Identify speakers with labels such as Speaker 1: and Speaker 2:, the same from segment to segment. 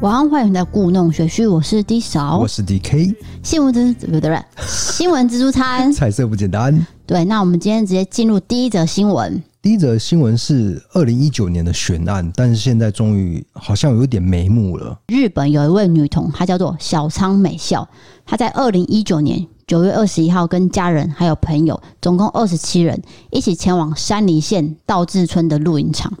Speaker 1: 晚安，欢迎来故弄玄虚，我是 D
Speaker 2: 我
Speaker 1: 勺，
Speaker 2: 是 DK，
Speaker 1: 新闻蜘不对不对，新闻蜘蛛 餐。
Speaker 2: 彩色不简单。
Speaker 1: 对，那我们今天直接进入第一则新闻。
Speaker 2: 第一则新闻是二零一九年的悬案，但是现在终于好像有点眉目了。
Speaker 1: 日本有一位女童，她叫做小仓美孝，她在二零一九年九月二十一号跟家人还有朋友，总共二十七人一起前往山梨县道志村的露营场。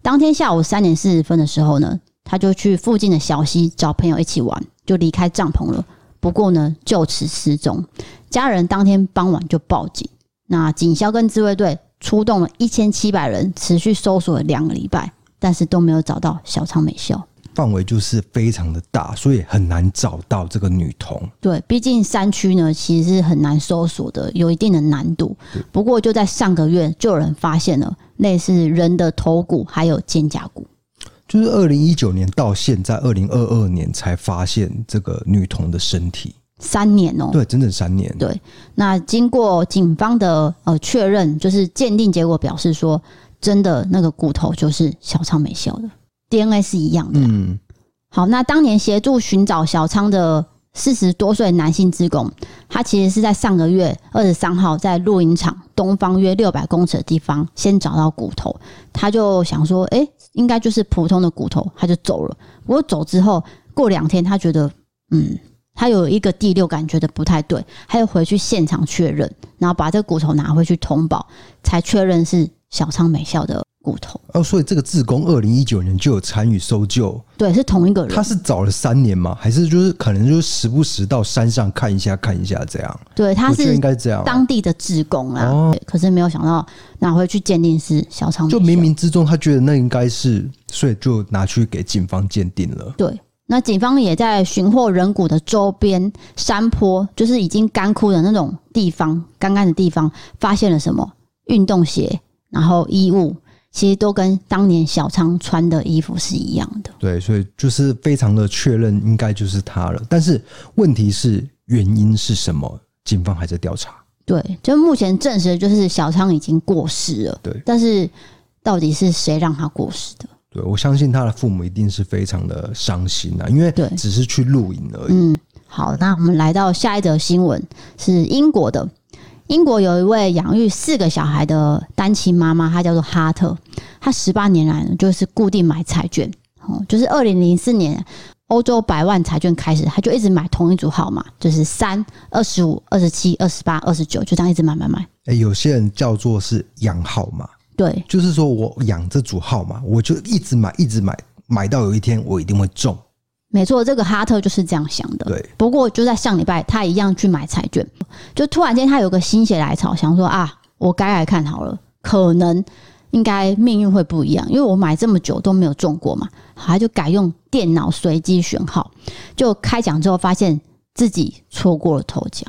Speaker 1: 当天下午三点四十分的时候呢，她就去附近的小溪找朋友一起玩，就离开帐篷了。不过呢，就此失踪，家人当天傍晚就报警。那警消跟自卫队出动了一千七百人，持续搜索了两个礼拜，但是都没有找到小仓美孝。
Speaker 2: 范围就是非常的大，所以很难找到这个女童。
Speaker 1: 对，毕竟山区呢其实是很难搜索的，有一定的难度。不过就在上个月，就有人发现了类似人的头骨还有肩胛骨。
Speaker 2: 就是二零一九年到现在二零二二年才发现这个女童的身体，
Speaker 1: 三年哦、
Speaker 2: 对，整整三年。
Speaker 1: 对那经过警方的呃确认，就是鉴定结果表示说，真的那个骨头就是小仓美秀的 DNA 是一样的。
Speaker 2: 嗯，
Speaker 1: 好，那当年协助寻找小仓的四十多岁男性职工，他其实是在上个月二十三号在露营场东方约六百公尺的地方先找到骨头，他就想说，诶，应该就是普通的骨头，他就走了。不过走之后，过两天他觉得，嗯。他有一个第六感觉得不太对，他又回去现场确认，然后把这个骨头拿回去通报，才确认是小仓美孝的骨头。
Speaker 2: 哦，所以这个志工二零一九年就有参与搜救，
Speaker 1: 对，是同一个人。
Speaker 2: 他是找了三年吗？还是就是可能就是时不时到山上看一下看一下这样？
Speaker 1: 对，他
Speaker 2: 我觉得
Speaker 1: 是
Speaker 2: 应该这样啊、
Speaker 1: 当地的职工啦、
Speaker 2: 哦
Speaker 1: 对可是没有想到拿回去鉴定是小仓美
Speaker 2: 就
Speaker 1: 秀，
Speaker 2: 冥冥之中，他觉得那应该是，所以就拿去给警方鉴定了。
Speaker 1: 对。那警方也在寻获人骨的周边山坡，就是已经干枯的那种地方，干干的地方，发现了什么运动鞋，然后衣物，其实都跟当年小仓穿的衣服是一样的。
Speaker 2: 对，所以就是非常的确认，应该就是他了。但是问题是原因是什么？警方还在调查。
Speaker 1: 对，就目前证实的就是小仓已经过世了。
Speaker 2: 对
Speaker 1: 但是到底是谁让他过世的？
Speaker 2: 对我相信他的父母一定是非常的伤心啊，因为
Speaker 1: 对
Speaker 2: 只是去露营而已。
Speaker 1: 嗯，好，那我们来到下一则新闻，是英国的。英国有一位养育四个小孩的单亲妈妈，她叫做哈特，她十八年来呢就是固定买彩券，哦，就是二零零四年欧洲百万彩券开始，她就一直买同一组号码，就是三、二十五、二十七、二十八、二十九，就这样一直买买买。
Speaker 2: 诶，哎有些人叫做是养号码，
Speaker 1: 对
Speaker 2: 就是说我养这组号码，我就一直买，一直买，买到有一天我一定会中。
Speaker 1: 没错，这个哈特就是这样想的。
Speaker 2: 对，
Speaker 1: 不过就在上礼拜，他一样去买彩券，就突然间他有个心血来潮，想说啊，我改改看好了，可能应该命运会不一样，因为我买这么久都没有中过嘛，好他就改用电脑随机选号，就开奖之后发现自己错过了头奖。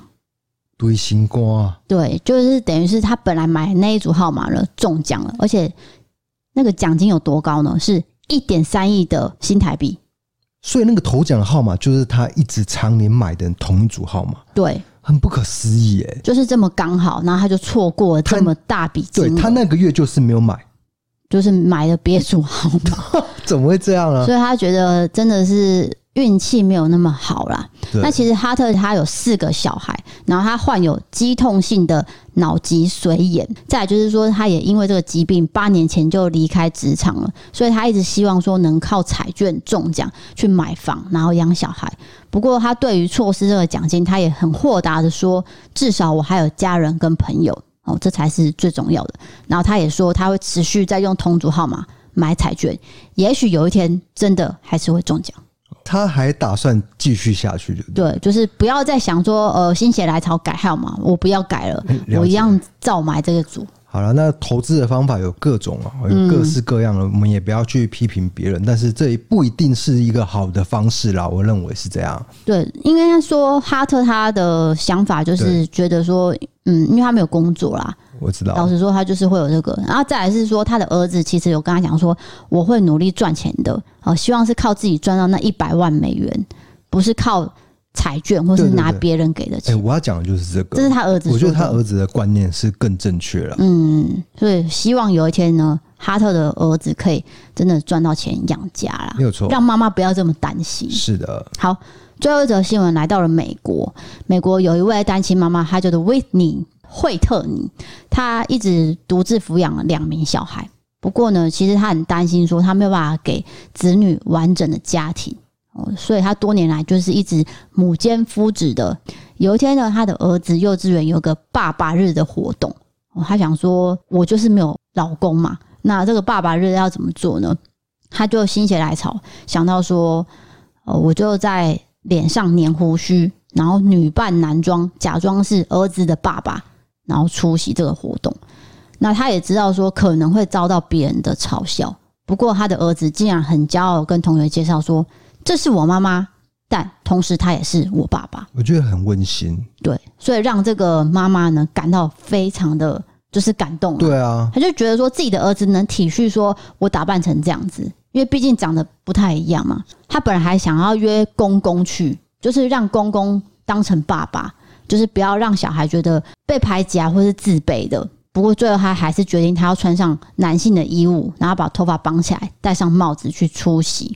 Speaker 2: 堆星光啊，
Speaker 1: 对，就是等于是他本来买那一组号码了，中奖了，而且那个奖金有多高呢？是一点三亿的新台币。
Speaker 2: 所以那个头奖的号码就是他一直常年买的同一组号码。
Speaker 1: 对，
Speaker 2: 很不可思议耶！
Speaker 1: 就是这么刚好，然后他就错过了这么大笔金
Speaker 2: 对
Speaker 1: 额，
Speaker 2: 他那个月就是没有买，
Speaker 1: 就是买了别组号码，
Speaker 2: 怎么会这样呢、啊
Speaker 1: 所以他觉得真的是运气没有那么好啦。
Speaker 2: 对
Speaker 1: 那其实哈特他有四个小孩，然后他患有肌痛性的脑脊髓炎，再来就是说他也因为这个疾病八年前就离开职场了，所以他一直希望说能靠彩券中奖去买房，然后养小孩。不过他对于错失这个奖金，他也很豁达的说，至少我还有家人跟朋友。哦，这才是最重要的。然后他也说，他会持续再用同组号码买彩券，也许有一天真的还是会中奖。
Speaker 2: 他还打算继续下去就对。
Speaker 1: 对，就是不要再想说，呃，心血来潮改号码，我不要改了，
Speaker 2: 了解
Speaker 1: 我一样照买这个组。
Speaker 2: 好了，那投资的方法有各种啊，有各式各样的，我们也不要去批评别人，但是这也不一定是一个好的方式啦，我认为是这样。
Speaker 1: 对，应该说哈特他的想法就是觉得说，嗯，因为他没有工作啦，
Speaker 2: 我知
Speaker 1: 老
Speaker 2: 道，
Speaker 1: 实说，他就是会有这个。然后再来是说，他的儿子其实有跟他讲说，我会努力赚钱的，哦，希望是靠自己赚到那一百万美元，不是靠彩券或是
Speaker 2: 对对对
Speaker 1: 拿别人给的
Speaker 2: 哎、
Speaker 1: 钱。
Speaker 2: 我要讲的就是这
Speaker 1: 这是
Speaker 2: 个，
Speaker 1: 他儿子说的，
Speaker 2: 我觉得他儿子的观念是更正确了。
Speaker 1: 嗯，所以希望有一天呢，哈特的儿子可以真的赚到钱养家啦
Speaker 2: 没。有错，
Speaker 1: 让妈妈不要这么担心。
Speaker 2: 是的，
Speaker 1: 好，最后一则新闻来到了美国。美国有一位单亲妈妈，她叫做 Whitney 惠特尼，她一直独自抚养了两名小孩。不过呢，其实她很担心，说她没有办法给子女完整的家庭哦，所以她多年来就是一直母兼夫职的。有一天呢，她的儿子幼稚园有个爸爸日的活动，哦，她想说，我就是没有老公嘛，那这个爸爸日要怎么做呢？她就心血来潮，想到说，呃，我就在脸上粘胡须，然后女扮男装，假装是儿子的爸爸，然后出席这个活动。那他也知道说可能会遭到别人的嘲笑，不过他的儿子竟然很骄傲地跟同学介绍说：“这是我妈妈，但同时他也是我爸爸。”
Speaker 2: 我觉得很温馨。
Speaker 1: 对，所以让这个妈妈呢感到非常的就是感动、啊。
Speaker 2: 对啊，
Speaker 1: 他就觉得说自己的儿子能体恤说我打扮成这样子，因为毕竟长得不太一样嘛。他本来还想要约公公去，就是让公公当成爸爸，就是不要让小孩觉得被排挤啊或是自卑的。不过最后他还是决定他要穿上男性的衣物，然后把头发绑起来，戴上帽子去出席。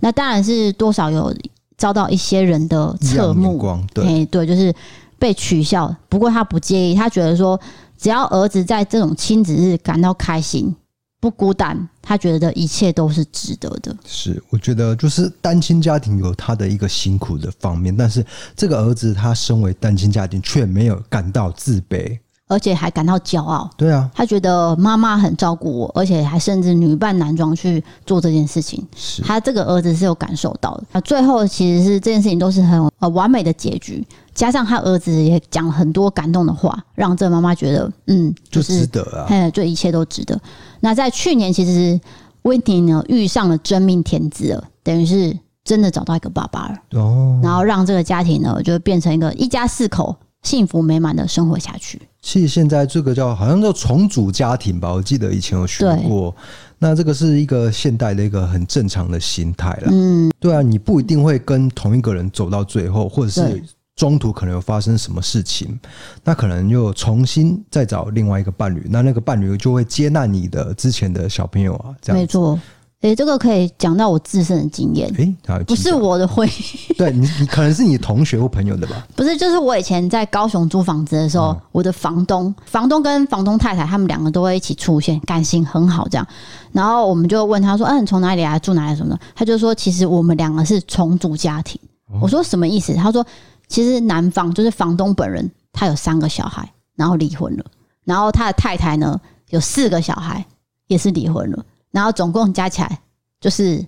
Speaker 1: 那当然是多少有遭到一些人的
Speaker 2: 异样
Speaker 1: 侧目
Speaker 2: 眼，光，对，
Speaker 1: 哎、对，就是被取笑。不过他不介意，他觉得说，只要儿子在这种亲子日感到开心、不孤单，他觉得一切都是值得的。
Speaker 2: 是，我觉得就是单亲家庭有他的一个辛苦的方面，但是这个儿子他身为单亲家庭却没有感到自卑。
Speaker 1: 而且还感到骄傲。
Speaker 2: 对啊，
Speaker 1: 他觉得妈妈很照顾我，而且还甚至女扮男装去做这件事情。
Speaker 2: 是
Speaker 1: 他这个儿子是有感受到的。那最后其实是这件事情都是很呃完美的结局，加上他儿子也讲了很多感动的话，让这个妈妈觉得嗯，
Speaker 2: 就
Speaker 1: 就是
Speaker 2: 值得啊。
Speaker 1: 嘿，这一切都值得。那在去年，其实温迪呢遇上了真命天子了，等于是真的找到一个爸爸了，
Speaker 2: 哦，
Speaker 1: 然后让这个家庭呢就变成一个一家四口幸福美满的生活下去。
Speaker 2: 其实现在这个叫好像叫重组家庭吧，我记得以前有学
Speaker 1: 对
Speaker 2: 过。那这个是一个现代的一个很正常的心态啦。
Speaker 1: 嗯，
Speaker 2: 对啊，你不一定会跟同一个人走到最后，或者是
Speaker 1: 对
Speaker 2: 中途可能有发生什么事情，那可能又重新再找另外一个伴侣，那那个伴侣就会接纳你的之前的小朋友啊，这
Speaker 1: 没
Speaker 2: 样子。
Speaker 1: 错。诶、这个可以讲到我自身的经验，
Speaker 2: 诶，好
Speaker 1: 不是
Speaker 2: 请
Speaker 1: 我的婚姻，
Speaker 2: 讲对你，你可能是你同学或朋友的 吧？
Speaker 1: 不是，就是我以前在高雄租房子的时候，我的房东、房东跟房东太太他们两个都会一起出现，感情很好这样。然后我们就问他说：“嗯、你从哪里来？住哪里？什么的？”他就说：“其实我们两个是重组家庭。我说：“什么意思？”他说：“其实男方就是房东本人，他有三个小孩，然后离婚了。然后他的太太呢有四个小孩，也是离婚了。然后总共加起来就是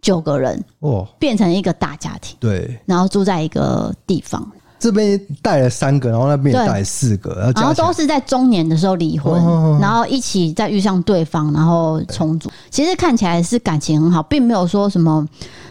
Speaker 1: 九个人，
Speaker 2: 哦，
Speaker 1: 变成一个大家庭，
Speaker 2: 对，
Speaker 1: 然后住在一个地方。”
Speaker 2: 这边带了三个，然后那边也带了四个，然后
Speaker 1: 然后
Speaker 2: 加起来
Speaker 1: 都是在中年的时候离婚，
Speaker 2: 哦哦哦
Speaker 1: 然后一起再遇上对方，然后重组。其实看起来是感情很好，并没有说什么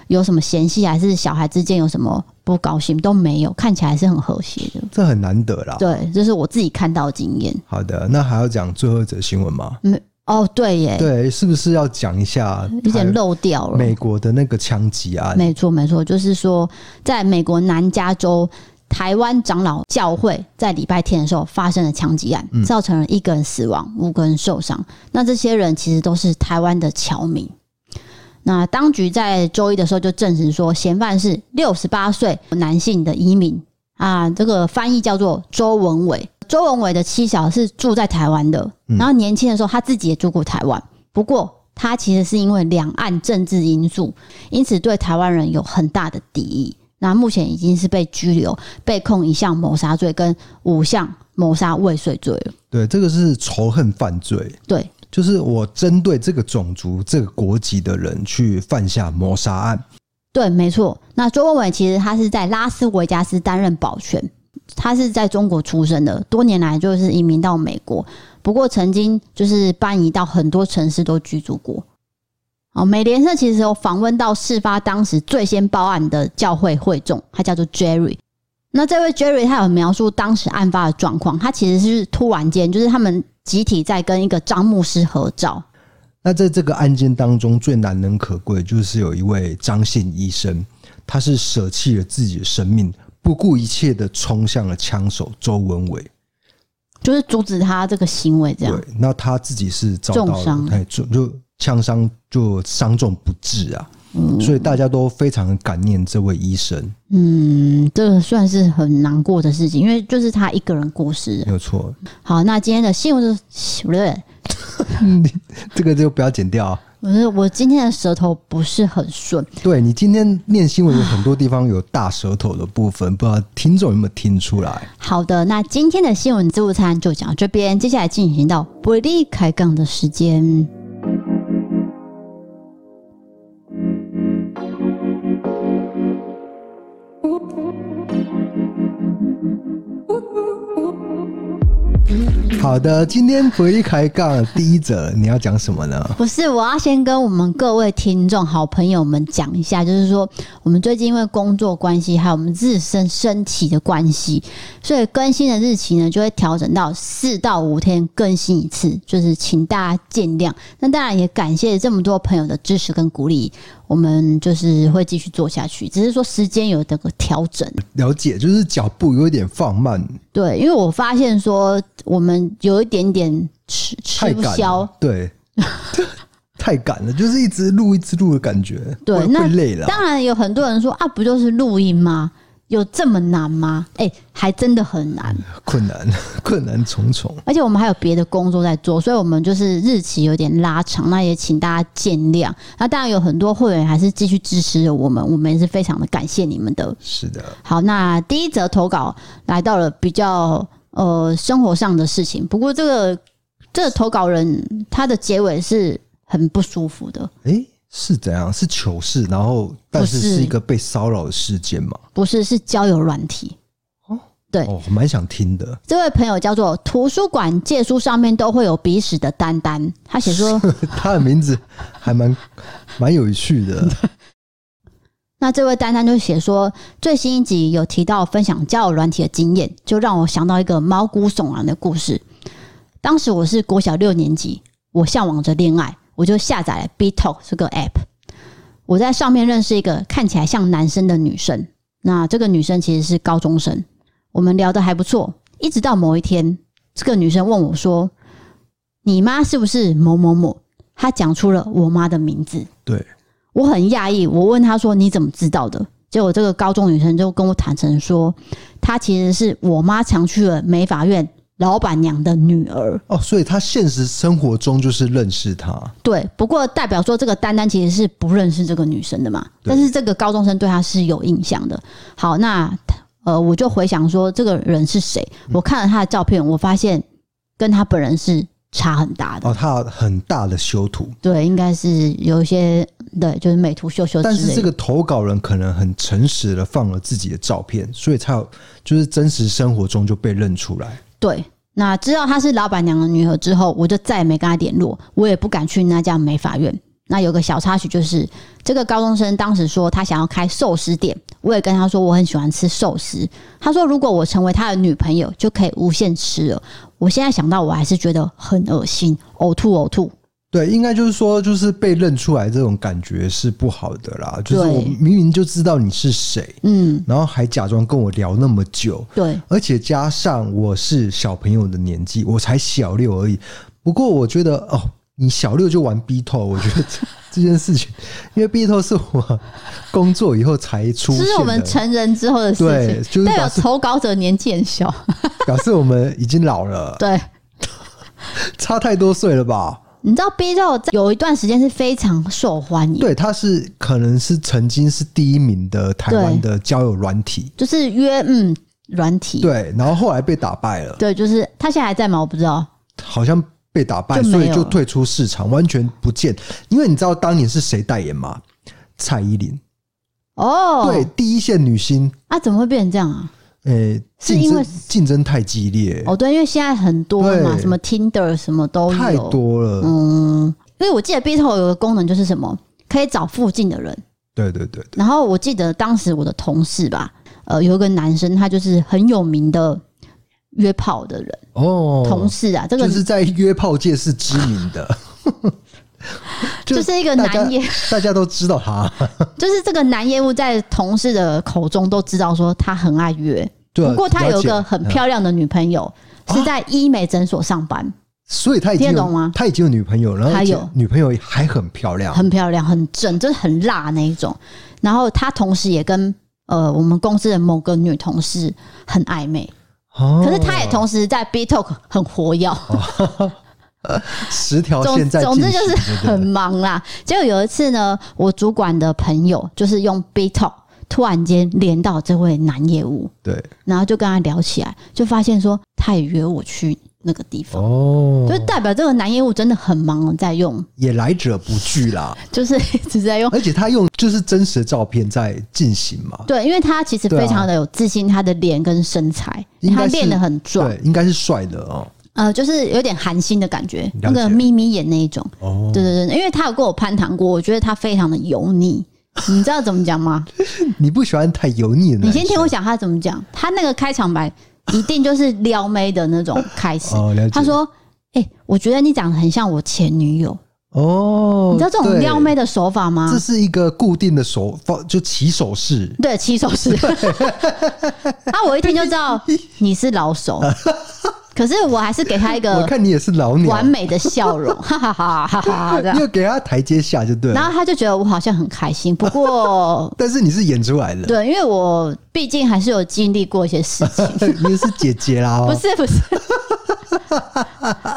Speaker 1: 有什么嫌隙，还是小孩之间有什么不高兴都没有，看起来是很和谐的。
Speaker 2: 这很难得啦。
Speaker 1: 对，这是我自己看到的经验。
Speaker 2: 好的，那还要讲最后一则新闻吗？
Speaker 1: 嗯，哦，对耶，
Speaker 2: 对，是不是要讲一下
Speaker 1: 有点漏掉了。
Speaker 2: 美国的那个枪击案？
Speaker 1: 没错，没错，就是说，在美国南加州台湾长老教会在礼拜天的时候发生了枪击案，造成了一个人死亡，五个人受伤。那这些人其实都是台湾的侨民。那当局在周一的时候就证实说，嫌犯是六十八岁男性的移民啊，这个翻译叫做周文伟。周文伟的妻小是住在台湾的，然后年轻的时候他自己也住过台湾，不过他其实是因为两岸政治因素，因此对台湾人有很大的敌意。那目前已经是被拘留，被控一项谋杀罪跟五项谋杀未遂罪了。
Speaker 2: 对，这个是仇恨犯罪，
Speaker 1: 对，
Speaker 2: 就是我针对这个种族、这个国籍的人去犯下谋杀案。
Speaker 1: 对，没错。那周文伟其实他是在拉斯维加斯担任保全，他是在中国出生的，多年来就是移民到美国，不过曾经就是搬移到很多城市都居住过。哦，美联社其实有访问到事发当时最先报案的教会会众，他叫做 Jerry。那这位 Jerry 他有描述当时案发的状况，他其实是突然间，就是他们集体在跟一个张牧师合照，
Speaker 2: 那在这个案件当中，最难能可贵就是有一位张姓医生，他是舍弃了自己的生命，不顾一切的冲向了枪手周文伟。
Speaker 1: 就是阻止他这个行为这
Speaker 2: 对
Speaker 1: 样。，
Speaker 2: 那他自己是遭到
Speaker 1: 重伤
Speaker 2: 哎，就就枪伤就伤重不治啊，所以大家都非常感念这位医生，
Speaker 1: 嗯，这个算是很难过的事情，因为就是他一个人过世。
Speaker 2: 没有错。
Speaker 1: 好，那今天的新闻就是，不对，
Speaker 2: 这个就不要剪掉啊。
Speaker 1: 我是我今天的舌头不是很顺，
Speaker 2: 对你今天念新闻有很多地方有大舌头的部分，不知道听众有没有听出来？
Speaker 1: 好的，那今天的新闻自助餐就讲到这边，接下来进行到伯利开杠的时间。
Speaker 2: 好的，今天不一开杠第一则，你要讲什么呢？
Speaker 1: 不是，我要先跟我们各位听众、好朋友们讲一下，就是说，我们最近因为工作关系，还有我们自身身体的关系，所以更新的日期呢，就会调整到四到五天更新一次，就是请大家见谅。那当然也感谢这么多朋友的支持跟鼓励，我们就是会继续做下去，只是说时间有这个调整。
Speaker 2: 了解，就是脚步有一点放慢，
Speaker 1: 对，因为我发现说我们有一点点吃
Speaker 2: 太
Speaker 1: 吃不
Speaker 2: 赶
Speaker 1: 消
Speaker 2: 了，，对，太赶了，就是一直录一直录的感觉，
Speaker 1: 对
Speaker 2: 会
Speaker 1: 那
Speaker 2: 会累了。
Speaker 1: 当然有很多人说啊，不就是录音吗？有这么难吗？哎、还真的很难。
Speaker 2: 困难， 困难重重。
Speaker 1: 而且我们还有别的工作在做，所以我们就是日期有点拉长，那也请大家见谅。那当然有很多会员还是继续支持我们，我们也是非常的感谢你们的。
Speaker 2: 是的，
Speaker 1: 好，那第一则投稿来到了比较呃生活上的事情，不过这个这个投稿人他的结尾是很不舒服的，
Speaker 2: 诶，是怎样？是糗事，然后但是
Speaker 1: 不是
Speaker 2: 是一个被骚扰的事件嘛？
Speaker 1: 不是是交友软体。对
Speaker 2: 哦，蛮想听的。
Speaker 1: 这位朋友叫做图书馆借书上面都会有鼻屎的丹丹，他写说
Speaker 2: 他的名字还蛮蛮有趣的，
Speaker 1: 那这位丹丹就写说，最新一集有提到分享交友软体的经验，就让我想到一个毛骨悚然的故事。当时我是国小六年级，我向往着恋爱，我就下载了 B Talk 这个 app。我在上面认识一个看起来像男生的女生，那这个女生其实是高中生，我们聊得还不错，一直到某一天，这个女生问我说：“你妈是不是某某某？”她讲出了我妈的名字。
Speaker 2: 对，
Speaker 1: 我很讶异，我问他说：“你怎么知道的？”结果这个高中女生就跟我坦诚说，她其实是我妈常去了美发院老板娘的女儿。
Speaker 2: 哦，所以他现实生活中就是认识他，
Speaker 1: 对，不过代表说这个丹丹其实是不认识这个女生的嘛，
Speaker 2: 对
Speaker 1: 但是这个高中生对她是有印象的。好，那呃，我就回想说这个人是谁，
Speaker 2: 嗯
Speaker 1: 我看了她的照片，我发现跟她本人是差很大的。
Speaker 2: 哦，他很大的修图，
Speaker 1: 对，应该是有一些对，就是美图秀秀之类
Speaker 2: 但
Speaker 1: 的。
Speaker 2: 是这个投稿人可能很诚实的放了自己的照片，所以才有就是真实生活中就被认出来。
Speaker 1: 对，那知道她是老板娘的女儿之后，我就再也没跟她联络，我也不敢去那家美发院。那有个小插曲就是，这个高中生当时说他想要开寿司店，我也跟他说我很喜欢吃寿司。他说如果我成为他的女朋友，就可以无限吃了。我现在想到我还是觉得很恶心，呕吐呕吐。
Speaker 2: 对，应该就是说，就是被认出来这种感觉是不好的啦。就是
Speaker 1: 对
Speaker 2: 我明明就知道你是谁，
Speaker 1: 嗯，
Speaker 2: 然后还假装跟我聊那么久，
Speaker 1: 对，
Speaker 2: 而且加上我是小朋友的年纪，我才小六而已。不过我觉得哦，你小六就玩 B 透，我觉得这这件事情，因为 B 透是我工作以后才出
Speaker 1: 这
Speaker 2: 现
Speaker 1: 是我们
Speaker 2: 的，
Speaker 1: 成人之后的
Speaker 2: 对
Speaker 1: 事
Speaker 2: 就
Speaker 1: 情。
Speaker 2: 是
Speaker 1: 但
Speaker 2: 把
Speaker 1: 有投稿者年纪很 小，
Speaker 2: 表示我们已经老了，
Speaker 1: 对。
Speaker 2: 差太多岁了吧？
Speaker 1: 你知道 B 肉在有一段时间是非常受欢迎，
Speaker 2: 对，他是可能是曾经是第一名的台湾的交友软体，
Speaker 1: 就是约嗯软体，
Speaker 2: 对，然后后来被打败了，
Speaker 1: 对，就是他现在还在吗？我不知道。
Speaker 2: 好像。被打败，
Speaker 1: 就没
Speaker 2: 所
Speaker 1: 有
Speaker 2: 以就退出市场，完全不见。因为你知道当年是谁代言吗？蔡依林。
Speaker 1: 哦，
Speaker 2: 对，，第一线女星，
Speaker 1: 啊，怎么会变成这样啊？
Speaker 2: 诶、
Speaker 1: 是
Speaker 2: 竞
Speaker 1: 因为
Speaker 2: 争竞争太激烈，
Speaker 1: 哦，对，因为现在很多嘛，
Speaker 2: 对
Speaker 1: 什么 Tinder 什么都有，
Speaker 2: 太多了。
Speaker 1: 嗯，因为我记得 B 头有个功能就是什么，可以找附近的人。
Speaker 2: 对对对，
Speaker 1: 然后我记得当时我的同事吧，呃，有一个男生，他就是很有名的约炮的人，
Speaker 2: 哦，
Speaker 1: 同事啊，这个、
Speaker 2: 就是在约炮界是知 名的，就
Speaker 1: 就是一个
Speaker 2: 大家
Speaker 1: 男业，
Speaker 2: 大家都知道他。
Speaker 1: 就是这个男业务在同事的口中都知道说他很爱约，
Speaker 2: 对啊，
Speaker 1: 不过他
Speaker 2: 了
Speaker 1: 有
Speaker 2: 解嗯啊
Speaker 1: 个很漂亮的女朋友，是在医美诊所上班，
Speaker 2: 所以他已经
Speaker 1: 听得
Speaker 2: 有
Speaker 1: 懂吗
Speaker 2: 他已经有女朋友，然后
Speaker 1: 他
Speaker 2: 而且
Speaker 1: 有
Speaker 2: 女朋友还很漂亮，
Speaker 1: 很漂亮，很正，就是很辣那一种。然后他同时也跟呃我们公司的某个女同事很暧昧，
Speaker 2: 哦
Speaker 1: 可是他也同时在 B Talk 很活跃。
Speaker 2: 十条
Speaker 1: 总
Speaker 2: 线在
Speaker 1: 总
Speaker 2: 进
Speaker 1: 之
Speaker 2: 行，
Speaker 1: 就是
Speaker 2: 对
Speaker 1: 很
Speaker 2: 不对
Speaker 1: 忙啦。结果有一次呢，我主管的朋友就是用 B Talk 突然间连到这位男业务，
Speaker 2: 对
Speaker 1: 然后就跟他聊起来，就发现说他也约我去那个地方，
Speaker 2: 哦
Speaker 1: 就，代表这个男业务真的很忙，在用
Speaker 2: 也来者不拒啦，
Speaker 1: 就是一直在用。
Speaker 2: 而且他用就是真实的照片在进行嘛，
Speaker 1: 对，因为他其实
Speaker 2: 对啊
Speaker 1: 非常的有自信，他的脸跟身材，
Speaker 2: 应
Speaker 1: 他
Speaker 2: 该是
Speaker 1: 练得很壮，
Speaker 2: 对，应该是帅的哦，
Speaker 1: 呃，就是有点韩星的感觉，
Speaker 2: 了
Speaker 1: 那个
Speaker 2: 解
Speaker 1: 眯眯眼那一种。
Speaker 2: 哦，
Speaker 1: 对对对，因为他有跟我攀谈过，我觉得他非常的油腻，你知道怎么讲 吗？
Speaker 2: 你不喜欢太油腻的男生，
Speaker 1: 你先听我讲他怎么讲，他那个开场白一定就是撩妹的那种开始。
Speaker 2: 哦，了解，
Speaker 1: 他说：“哎、我觉得你长得很像我前女友，
Speaker 2: 哦，
Speaker 1: 你知道这种
Speaker 2: 对
Speaker 1: 撩妹的手法吗
Speaker 2: 这是一个固定的手法，就起手式？”。
Speaker 1: 对，起手式。啊，我一听就知道你是老手，可是我还是给他一
Speaker 2: 我
Speaker 1: 个
Speaker 2: 看你也是老鸟
Speaker 1: 完，美的笑容，哈哈哈哈哈这
Speaker 2: 你
Speaker 1: 样。
Speaker 2: 有给他台阶下就对
Speaker 1: 然
Speaker 2: 了。
Speaker 1: 后他就觉得我好像很开心，不过
Speaker 2: 但是你是演出来的，
Speaker 1: 对，因为我毕竟还是有经历过一些事情。
Speaker 2: 你也是姐姐啦、
Speaker 1: 不
Speaker 2: 哦。
Speaker 1: 是不是，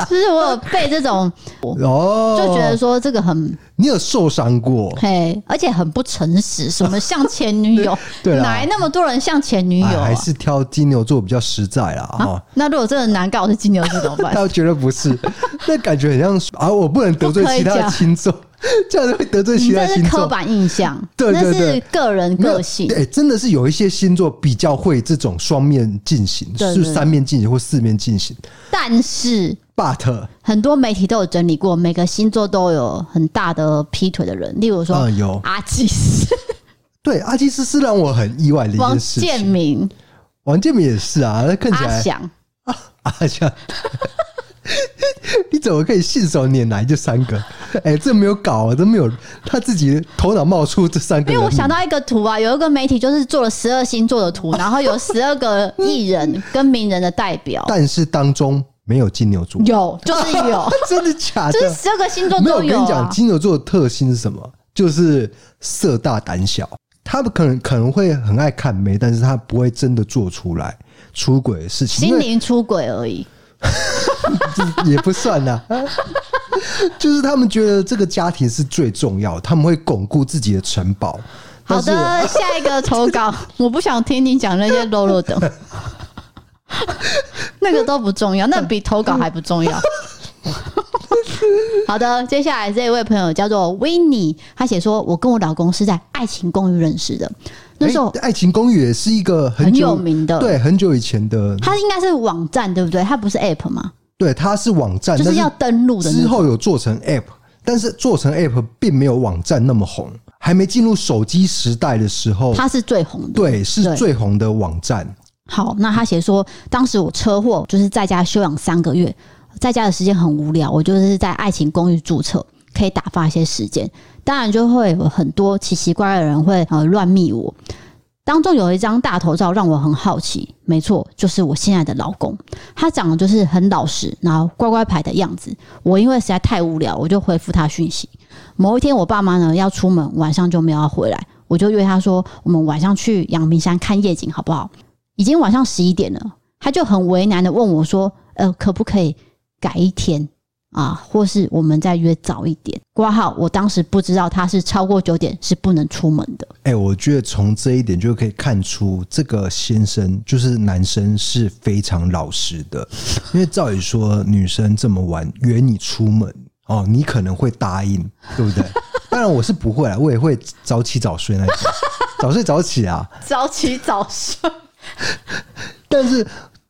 Speaker 1: 就是我有被这种
Speaker 2: 哦，
Speaker 1: 就觉得说这个很
Speaker 2: 你有受伤过，，
Speaker 1: 嘿，而且很不诚实，什么像前女友
Speaker 2: 对啦
Speaker 1: 哪来那么多人像前女友
Speaker 2: 哎
Speaker 1: 啊
Speaker 2: 还？是挑金牛座比较实在啦。哈、
Speaker 1: 啊，那如果真的难搞，我是金牛座怎么办？
Speaker 2: 他觉得不 是，那感觉很像啊！我不能得罪其
Speaker 1: 不
Speaker 2: 他
Speaker 1: 可以
Speaker 2: 的
Speaker 1: 讲
Speaker 2: 星座， 这样会得罪
Speaker 1: 你
Speaker 2: 其他
Speaker 1: 这是
Speaker 2: 星
Speaker 1: 刻
Speaker 2: 座。
Speaker 1: 板印象，
Speaker 2: 对对
Speaker 1: 那
Speaker 2: 对
Speaker 1: 是个人
Speaker 2: 没有
Speaker 1: 个性。
Speaker 2: 哎、真的是有一些星座比较会这种双面进行，
Speaker 1: 对对
Speaker 2: 是三面进行或四面进行。
Speaker 1: 但是
Speaker 2: But
Speaker 1: 很多媒体都有整理过，每个星座都有很大的劈腿的人，例如说
Speaker 2: 啊、有
Speaker 1: 阿基斯、
Speaker 2: 对阿基斯是让我很意外的一
Speaker 1: 王
Speaker 2: 件事情。
Speaker 1: 建民、
Speaker 2: 王建民也是啊，他看起
Speaker 1: 阿
Speaker 2: 来
Speaker 1: 翔，
Speaker 2: 阿翔， 你怎么可以信手拈来这三个？哎、这没有搞啊，这没有，他自己头脑冒出这三个
Speaker 1: 因
Speaker 2: 人
Speaker 1: 为我
Speaker 2: 名。
Speaker 1: 想到一个图啊，有一个媒体就是做了十二星座的图，然后有十二个艺人跟名人的代 表，
Speaker 2: 但是当中没有金牛座，
Speaker 1: 有就是有，
Speaker 2: 真的假
Speaker 1: 就是
Speaker 2: 的？
Speaker 1: 十二个星座
Speaker 2: 啊没有，
Speaker 1: 都
Speaker 2: 我跟你讲，
Speaker 1: 啊。
Speaker 2: 金牛座的特性是什么？就是色大胆小。他们可能可能会很爱看美，但是他不会真的做出来出轨的事情，因
Speaker 1: 心
Speaker 2: 为
Speaker 1: 灵出轨而已，
Speaker 2: 也不 算啦。就是他们觉得这个家庭是最重要，他们会巩固自己的城堡。
Speaker 1: 好
Speaker 2: 但是我
Speaker 1: 的，下一个投稿，我不想听你讲那些肉肉的， 那个都不重要，那比投稿还不重 要。好的，接下来这一位朋友叫做维尼，他写说：“我跟我老公是在爱情公寓认识的，那时候
Speaker 2: 哎爱情公寓》也是一个很
Speaker 1: 很
Speaker 2: 久
Speaker 1: 有名的
Speaker 2: 对，很久以前的，
Speaker 1: 它应该是网站对不对？它不是 App 吗？
Speaker 2: 对，它啊是网站，
Speaker 1: 就是要
Speaker 2: 但
Speaker 1: 登录的
Speaker 2: 之
Speaker 1: 那种。
Speaker 2: 后有做成 App，但是做成 App 并没有网站那么红，还没进入手机时代的时候，
Speaker 1: 它是最红的。
Speaker 2: 对，是最红的网站。
Speaker 1: 好，那他写说，当时我车祸，就是在家休养三个月，在家的时间很无聊，我就是在爱情公寓注册，可以打发一些时间。当然就会有很多奇奇怪怪的人会呃乱密我。当中有一张大头照让我很好奇，没错，就是我现在的老公，他长得就是很老实，然后乖乖牌的样子。我因为实在太无聊，我就回复他讯息。某一天，我爸妈呢要出门，晚上就没有要回来，我就约他说，我们晚上去阳明山看夜景好不好？已经晚上十一点了，他就很为难的问我说：“呃，可不可以改一天啊？或是我们再约早一点？”挂号，我当时不知道他是超过九点是不能出门的。
Speaker 2: 哎、我觉得从这一点就可以看出，这个先生就是男生是非常老实的，因为照理说女生这么晚约你出门哦，你可能会答应，对不对？ 当然我是不会啦，啊我也会早起早睡那种，早睡早起啊。
Speaker 1: 早起早睡，
Speaker 2: 但是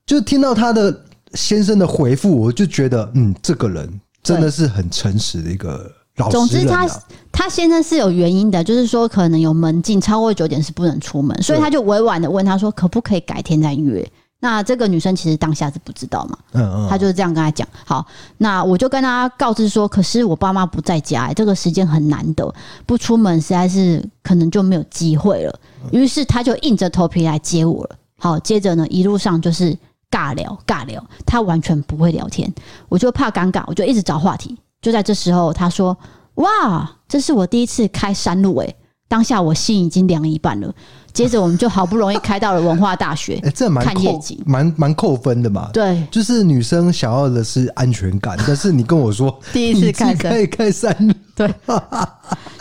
Speaker 2: 就听到他的先生的回复，我就觉得，嗯，这个人真的是很诚实的一个老
Speaker 1: 总
Speaker 2: 实
Speaker 1: 之
Speaker 2: 人、啊。
Speaker 1: 他他先生是有原因的，就是说可能有门禁，超过九点是不能出门，所以他就委婉的问他说：“可不可以改天再约？”那这个女生其实当下是不知道嘛，
Speaker 2: 嗯嗯，
Speaker 1: 他就是这样跟他讲。好，那我就跟他告知说，可是我爸妈不在家、欸这个时间很难得，不出门实在是可能就没有
Speaker 2: 嗯
Speaker 1: 机会了。于是他就硬着头皮来接我了。好，接着呢，一路上就是尬聊尬聊，他完全不会聊天，我就怕尴尬，我就一直找话题。就在这时候，他说：“哇，这是我第一次开山路诶、当下我心已经凉一半了。接着我们就好不容易开到了文化大学
Speaker 2: 哎、，这蛮
Speaker 1: 看夜
Speaker 2: 扣
Speaker 1: 景
Speaker 2: 蛮蛮扣分的嘛。
Speaker 1: 对，
Speaker 2: 就是女生想要的是安 全感，但是你跟我说
Speaker 1: 第一次开山，
Speaker 2: 你是开开山路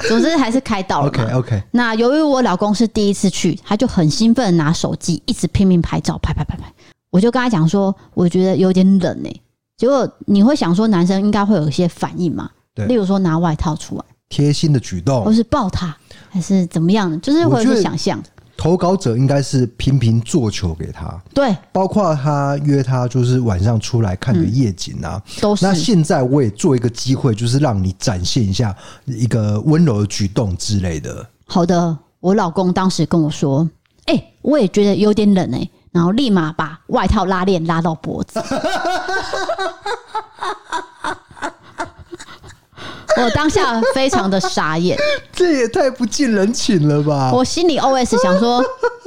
Speaker 1: 总之还是开到了嘛。
Speaker 2: ，OK OK，
Speaker 1: 那由于我老公是第一次去，他就很兴奋，拿手机一直拼命拍照，拍拍拍拍。我就跟他讲说，我觉得有点冷诶、结果你会想说，男生应该会有一些反应嘛？
Speaker 2: 对哦
Speaker 1: 例如说拿外套出来，
Speaker 2: 贴心的举动
Speaker 1: 或，是抱他，还是怎么样的，就是会有一些想象。
Speaker 2: 投稿者应该是频频做球给他，
Speaker 1: 对，
Speaker 2: 包括他约他就是晚上出来看个夜景啊。
Speaker 1: 都
Speaker 2: 那
Speaker 1: 是
Speaker 2: 现在我也做一个机会，就是让你展现一下一个温柔的举动之类的。
Speaker 1: 好的。我老公当时跟我说：“哎、我也觉得有点冷哎、然后立马把外套拉链拉到脖子。 我当下非常的傻眼，
Speaker 2: 这也太不近人情了吧！
Speaker 1: 我心里 OS 想说，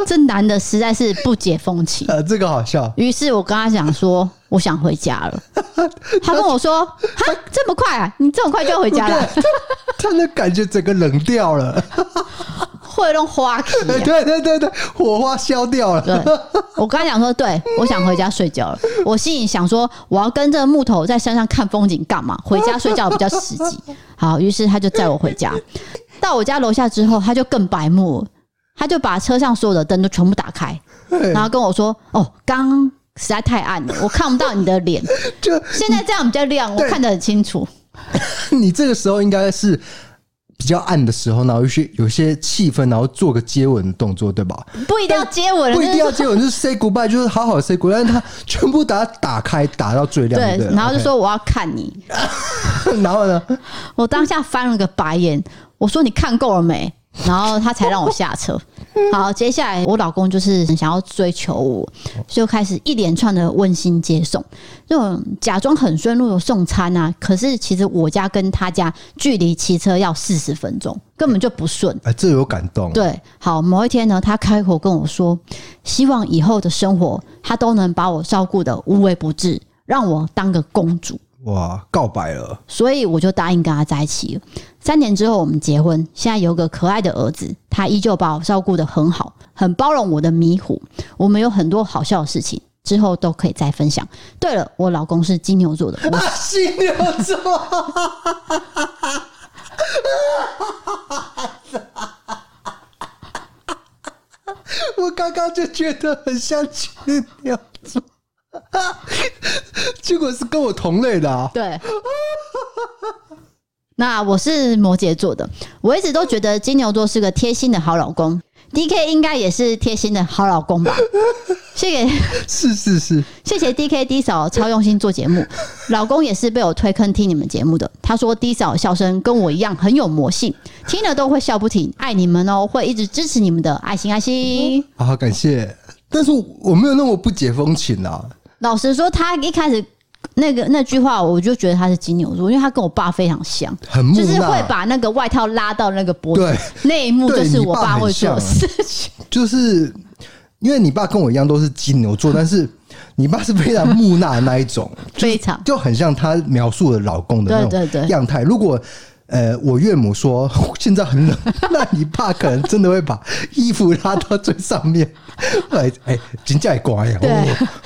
Speaker 1: 这男的实在是不解风情。
Speaker 2: 呃，这个好笑。
Speaker 1: 于是我跟他讲说，我想回家了。他跟我说：“哈，这么快啊？你这么快就要回家了？
Speaker 2: 他的感觉整个冷掉了，
Speaker 1: 会弄花期、啊
Speaker 2: 对？”对对对，火花消掉了。
Speaker 1: 对，我跟他讲说，对我想回家睡觉了。我心里想说，我要跟这木头在山上看风景干嘛？回家睡觉比较实际。好，于是他就载我回家。到我家楼下之后，他就更白目了，他就把车上所有的灯都全部打开，
Speaker 2: 对
Speaker 1: 然后跟我说：“哦，刚实在太暗了，我看不到你的 脸。
Speaker 2: 就
Speaker 1: 现在这样比较亮，我
Speaker 2: 对
Speaker 1: 看得很清楚。
Speaker 2: 你这个时候应该是比较暗的时候，然后有些有些气氛，然后做个接吻的动作，对吧？
Speaker 1: 不一定要接吻了，
Speaker 2: 不一
Speaker 1: 就
Speaker 2: 定
Speaker 1: 是
Speaker 2: 要接吻，就是 say goodbye，就是好好 say goodbye，但是他全部打打开，打到最亮
Speaker 1: 对
Speaker 2: 的，，
Speaker 1: 然后就说我要看你。
Speaker 2: OK 然后呢，
Speaker 1: 我当下翻了个白眼，我说你看够了没？然后他才让我下车。好，接下来我老公就是想要追求我，就开始一连串的温馨接送，这种假装很顺路有送餐啊，可是其实我家跟他家距离骑车要四十分钟，根本就不顺。
Speaker 2: 哎，这有感动，
Speaker 1: 对，好，某一天呢，他开口跟我说，希望以后的生活他都能把我照顾的无微不至，让我当个公主。
Speaker 2: 哇，告白了，
Speaker 1: 所以我就答应跟他在一起了。三年之后我们结婚，现在有个可爱的儿子，他依旧把我照顾得很好，很包容我的迷糊。我们有很多好笑的事情，之后都可以再分享。对了，我老公是金牛座的，我。
Speaker 2: 啊，犀牛座，我刚刚就觉得很像犀牛座，结果是跟我同类的啊
Speaker 1: 对。那我是摩羯座的，我一直都觉得金牛座是个贴心的好老公，D K 应该也是贴心的好老公吧？谢谢
Speaker 2: 是是是，
Speaker 1: 谢谢 D K D 嫂超用心做节 目，老公也是被我推坑听你们节目的。他说 D 嫂笑声跟我一样很有魔性，听了都会笑不停，爱你们哦，会一直支持你们的，爱心爱心。
Speaker 2: 好好感谢。但是我没有那么不解风情啊，
Speaker 1: 老实说，他一开始那个那句话，我就觉得他是金牛座，因为他跟我爸非常像，
Speaker 2: 很木
Speaker 1: 就是会
Speaker 2: 讷，
Speaker 1: 把那个外套拉到那个脖子
Speaker 2: 对，
Speaker 1: 那一幕，就是我爸会
Speaker 2: 啊
Speaker 1: 做的事情。
Speaker 2: 就是因为你爸跟我一样都是金牛座，但是你爸是非常木讷的那一种，
Speaker 1: 非常
Speaker 2: 就很像他描述的老公的
Speaker 1: 对
Speaker 2: 那
Speaker 1: 对对
Speaker 2: 种样态。如果呃，我岳母说 现在很冷，那你爸可能真的会把衣服拉到最上面， 哎哎，金价也乖呀，
Speaker 1: 对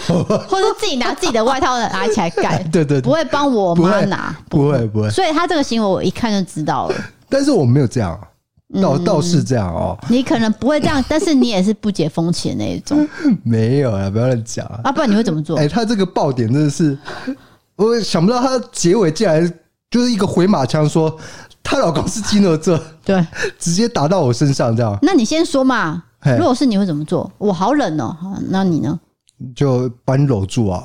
Speaker 2: 哦
Speaker 1: 或者自己拿自己的外套拿起来盖
Speaker 2: ，对对对
Speaker 1: 不会帮我
Speaker 2: 不
Speaker 1: 妈
Speaker 2: 会
Speaker 1: 拿，
Speaker 2: 不会不会，
Speaker 1: 所以他这个行为我一看就知道了。
Speaker 2: 但是我没有这样，哦倒
Speaker 1: 嗯
Speaker 2: 倒是这样哦，
Speaker 1: 你可能不会这样，但是你也是不解风情的那一 种
Speaker 2: 没有啊，不要乱讲啊。
Speaker 1: 啊，不然你会怎么做
Speaker 2: 哎、？他这个爆点真的是，我想不到他结尾竟然就是一个回马枪，说 她老公是金牛座，
Speaker 1: 对，
Speaker 2: 直接打到我身上，这样
Speaker 1: 那你先说嘛。
Speaker 2: 嘿
Speaker 1: 如果是你会怎么做？我好冷哦、好那你 呢？
Speaker 2: 就把你搂住啊！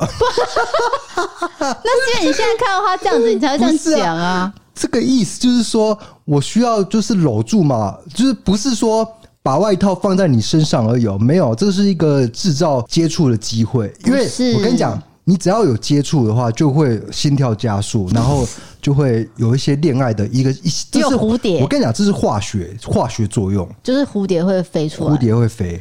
Speaker 1: 那是因为你现在看到他这样子，你才会这
Speaker 2: 不是
Speaker 1: 样
Speaker 2: 啊
Speaker 1: 讲啊。
Speaker 2: 这个意思就是说我需要就是搂住嘛，就是不是说。把外套放在你身上而已哦，没有，这是一个制造接触的机会。因为
Speaker 1: 不是
Speaker 2: 我跟你讲，你只要有接触的话，就会心跳加速，然后就会有一些恋爱的一个一，这
Speaker 1: 有
Speaker 2: 是
Speaker 1: 蝴蝶
Speaker 2: 我跟你讲，这是化学化学作用。
Speaker 1: 就是蝴蝶会飞出
Speaker 2: 蝴
Speaker 1: 来。
Speaker 2: 蝶会飞，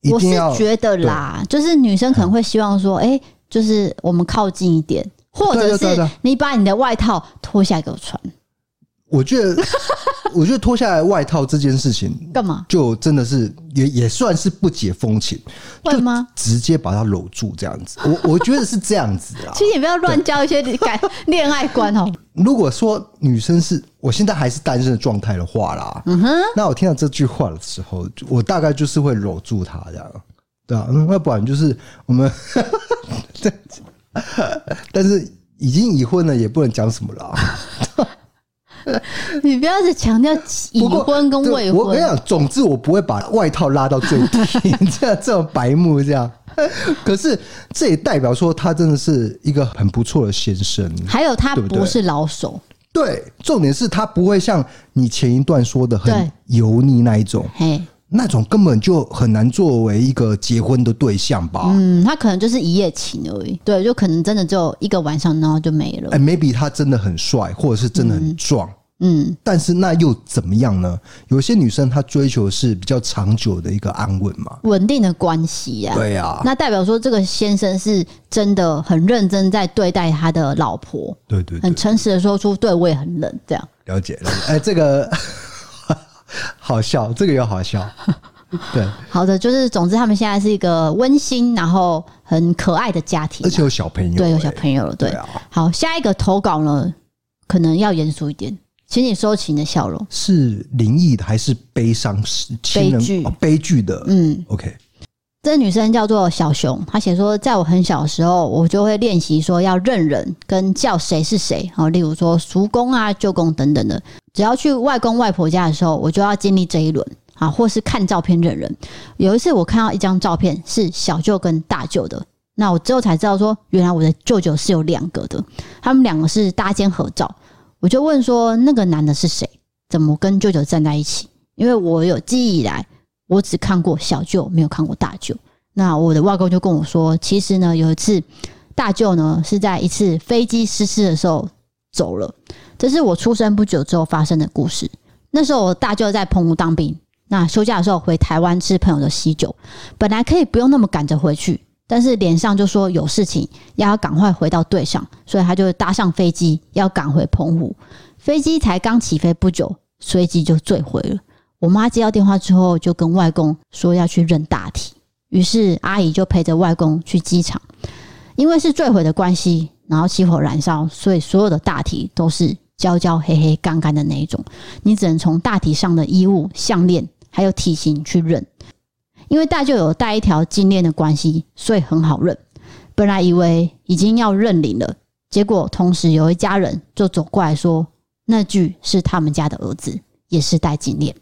Speaker 2: 一
Speaker 1: 我是
Speaker 2: 定要
Speaker 1: 觉得啦，就是女生可能会希望说，哎、就是我们靠近一点，或
Speaker 2: 对
Speaker 1: 者
Speaker 2: 啊对啊对
Speaker 1: 是
Speaker 2: 啊
Speaker 1: 你把你的外套脱下来给我穿，
Speaker 2: 我觉得， 我觉得脱下来外套这件事情，
Speaker 1: 干嘛？
Speaker 2: 就真的是也也算是不解风情，
Speaker 1: 会吗？
Speaker 2: 直接把它搂住这样子。我我觉得是这样子啊。
Speaker 1: 其实也不要乱交一些感恋爱观哦。
Speaker 2: 如果说女生是我现在还是单身的状态的话啦，
Speaker 1: 嗯哼，
Speaker 2: 那我听到这句话的时候，就我大概就是会搂住她这样，对啊，嗯要不然就是我们 这样子，但是已经已婚了，也啊不能讲什么啦。
Speaker 1: 你不要是强调已
Speaker 2: 不过
Speaker 1: 婚啊跟
Speaker 2: 对
Speaker 1: 未
Speaker 2: 我跟你
Speaker 1: 婚，
Speaker 2: 讲，总之我不会把外套拉到最低， 这样这种白目这样。可是这也代表说他真的是一个很不错的先生。啊
Speaker 1: 还有他
Speaker 2: 对不对
Speaker 1: 不是老手，
Speaker 2: 对，重点是他不会像你前一段说的很
Speaker 1: 对
Speaker 2: 油腻那一种，
Speaker 1: 嘿，
Speaker 2: 那种根本就很难作为一个结婚的对象吧。
Speaker 1: 嗯，他可能就是一夜情而已，对，就可能真的只有一个晚上，然后就没了
Speaker 2: 哎、，m a y b e 他真的很帅，或者是真的很壮，
Speaker 1: 嗯，
Speaker 2: 但是那又怎么样呢？有些女生她追求的是比较长久的一个安稳嘛。
Speaker 1: 稳定的关系呀、
Speaker 2: 对啊呀、
Speaker 1: 那代表说这个先生是真的很认真在对待他的老婆，
Speaker 2: 对对对
Speaker 1: 很，诚实的说出对我也很冷这样。
Speaker 2: 了解了解。哎、这个 好笑，这个也好 笑。对，
Speaker 1: 好的，就是总之他们现在是一个温馨然后很可爱的家庭
Speaker 2: 而
Speaker 1: 啊，
Speaker 2: 且有小朋友、
Speaker 1: 对有
Speaker 2: 哎
Speaker 1: 小朋友了，
Speaker 2: 对
Speaker 1: 对。
Speaker 2: 啊，
Speaker 1: 好，下一个投稿呢，可能要严肃一点，请你收起你的笑容。
Speaker 2: 是灵异的还是悲伤？是亲人
Speaker 1: 悲剧
Speaker 2: 哦悲剧的。
Speaker 1: 嗯，
Speaker 2: OK，
Speaker 1: 这女生叫做小熊，她写说，在我很小的时候，我就会练习说要认人跟叫谁是谁，好，例如说叔公啊、舅公等等的。只要去外公外婆家的时候，我就要经历这一轮啊，或是看照片认人。有一次我看到一张照片是小舅跟大舅的，那我之后才知道说，原来我的舅舅是有两个的，他们两个是搭肩合照。我就问说，那个男的是谁？怎么跟舅舅站在一起？因为我有记忆以来，我只看过小舅，没有看过大舅。那我的外公就跟我说，其实呢，有一次大舅呢是在一次飞机失事的时候走了，这是我出生不久之后发生的故事。那时候我大舅在澎湖当兵，那休假的时候回台湾吃朋友的喜酒，本来可以不用那么赶着回去，但是脸上就说有事情，要赶快回到队上，所以他就搭上飞机要赶回澎湖。飞机才刚起飞不久，随即就坠毁了。我妈接到电话之后，就跟外公说要去认大体。于是阿姨就陪着外公去机场，因为是坠毁的关系，然后起火燃烧，所以所有的大体都是焦焦黑黑干干的那一种，你只能从大体上的衣物、项链还有体型去认。因为大舅有带一条金链的关系，所以很好认。本来以为已经要认领了，结果同时有一家人就走过来说，那具是他们家的儿子，也是戴金链。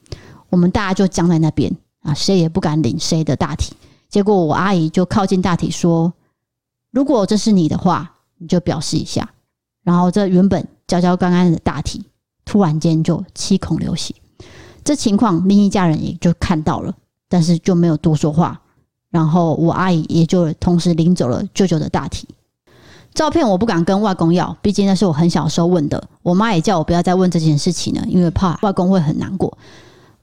Speaker 1: 我们大家就僵在那边啊，谁也不敢领谁的大体。结果我阿姨就靠近大体说：“如果这是你的话，你就表示一下。”然后这原本焦焦干干的大体，突然间就七孔流血。这情况另一家人也就看到了，但是就没有多说话。然后我阿姨也就同时领走了舅舅的大体。照片我不敢跟外公要，毕竟那是我很小的时候问的。我妈也叫我不要再问这件事情了，因为怕外公会很难过。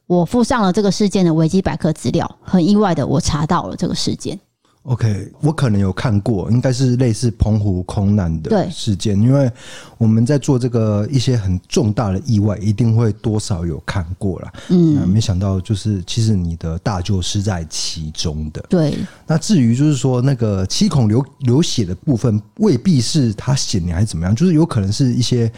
Speaker 1: 我附上了这个事件的维基百科资料，很意外的，我查到了这个事件。
Speaker 2: OK，我可能有看过，应该是类似澎湖空难的
Speaker 1: 对
Speaker 2: 事件，因为我们在做这个一些很重大的意外，一定会多少有看过啦。那
Speaker 1: 嗯，
Speaker 2: 没想到就是其实你的大舅是在其中的。
Speaker 1: 对，
Speaker 2: 那至于就是说那个七孔流流血的部分，未必是他显你还是怎么样，就是有可能是一些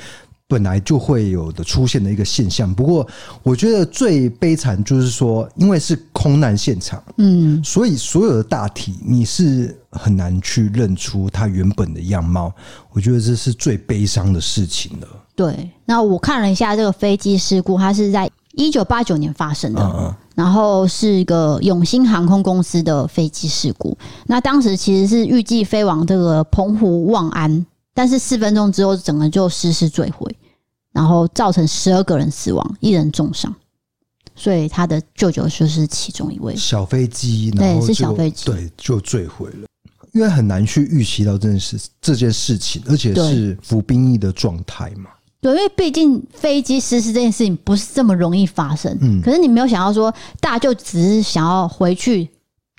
Speaker 2: 本来就会有的出现的一个现象。不过我觉得最悲惨就是说，因为是空难现场，
Speaker 1: 嗯，
Speaker 2: 所以所有的大体你是很难去认出它原本的样貌。我觉得这是最悲伤的事情了。
Speaker 1: 对。那我看了一下这个飞机事故，它是在一九八九年发生的，
Speaker 2: 嗯嗯，
Speaker 1: 然后是一个永兴航空公司的飞机事故。那当时其实是预计飞往这个澎湖望安，但是四分钟之后，整个就失事坠毁，然后造成十二个人死亡，一人重伤。所以他的舅舅就是其中一位。
Speaker 2: 小飞机，
Speaker 1: 对
Speaker 2: 然后
Speaker 1: 是
Speaker 2: 就
Speaker 1: 小飞机
Speaker 2: 对，就坠毁了。因为很难去预期到这件事这件事情，而且
Speaker 1: 对
Speaker 2: 是服兵役的状态嘛。
Speaker 1: 对，因为毕竟飞机失事这件事情不是这么容易发生。
Speaker 2: 嗯
Speaker 1: 可是你没有想到说，大舅只是想要回去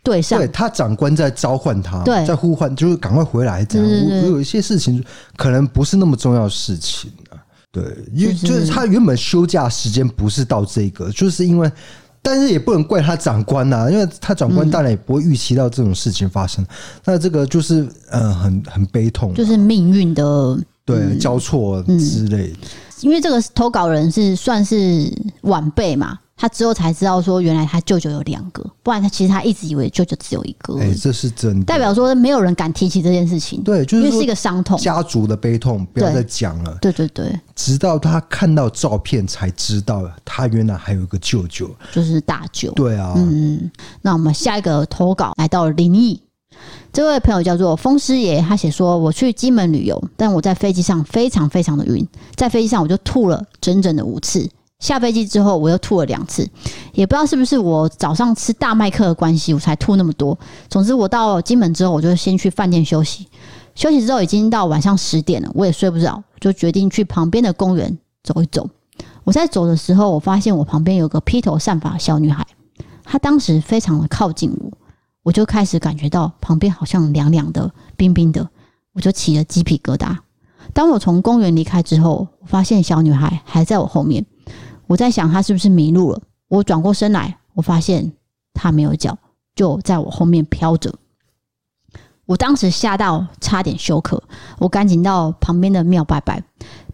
Speaker 1: 对上
Speaker 2: 对他长官在召唤他，
Speaker 1: 对
Speaker 2: 在呼唤，就是赶快回来这样。
Speaker 1: 对对
Speaker 2: 我
Speaker 1: 对
Speaker 2: 我有一些事情可能不是那么重要的事情啊，对，因为
Speaker 1: 就是
Speaker 2: 就是他原本休假时间不是到这个，就是因为。但是也不能怪他长官呐、因为他长
Speaker 1: 嗯
Speaker 2: 官当然也不会预期到这种事情发生。那这个就是呃，很很悲痛啊，
Speaker 1: 就是嗯命运的，
Speaker 2: 对、交错之类的。
Speaker 1: 因为这个投稿人是算是晚辈嘛，他之后才知道说原来他舅舅有两个，不然他其实他一直以为舅舅只有一个而
Speaker 2: 哎、
Speaker 1: 已，
Speaker 2: 这是真的，
Speaker 1: 代表说没有人敢提起这件事情，
Speaker 2: 对，就
Speaker 1: 因为
Speaker 2: 是
Speaker 1: 是一
Speaker 2: 说
Speaker 1: 个伤痛。
Speaker 2: 家族的悲痛，不要
Speaker 1: 对
Speaker 2: 再讲了。
Speaker 1: 对对对，
Speaker 2: 直到他看到照片才知道，他原来还有一个舅舅。
Speaker 1: 就是大舅。
Speaker 2: 对啊，
Speaker 1: 嗯，那我们下一个投稿来到了灵异，这位朋友叫做风师爷，他写说我去金门旅游，但我在飞机上非常非常的晕，在飞机上我就吐了整整的五次。下飞机之后，我又吐了两次，也不知道是不是我早上吃大麦克的关系，我才吐那么多。总之，我到金门之后，我就先去饭店休息，休息之后已经到晚上十点了，我也睡不着，就决定去旁边的公园走一走。我在走的时候，我发现我旁边有个披头散发的小女孩，她当时非常的靠近我，我就开始感觉到旁边好像凉凉的、冰冰的，我就起了鸡皮疙瘩。当我从公园离开之后，我发现小女孩还在我后面，我在想她是不是迷路了。我转过身来，我发现她没有脚，就在我后面飘着。我当时吓到差点休克，我赶紧到旁边的庙拜拜，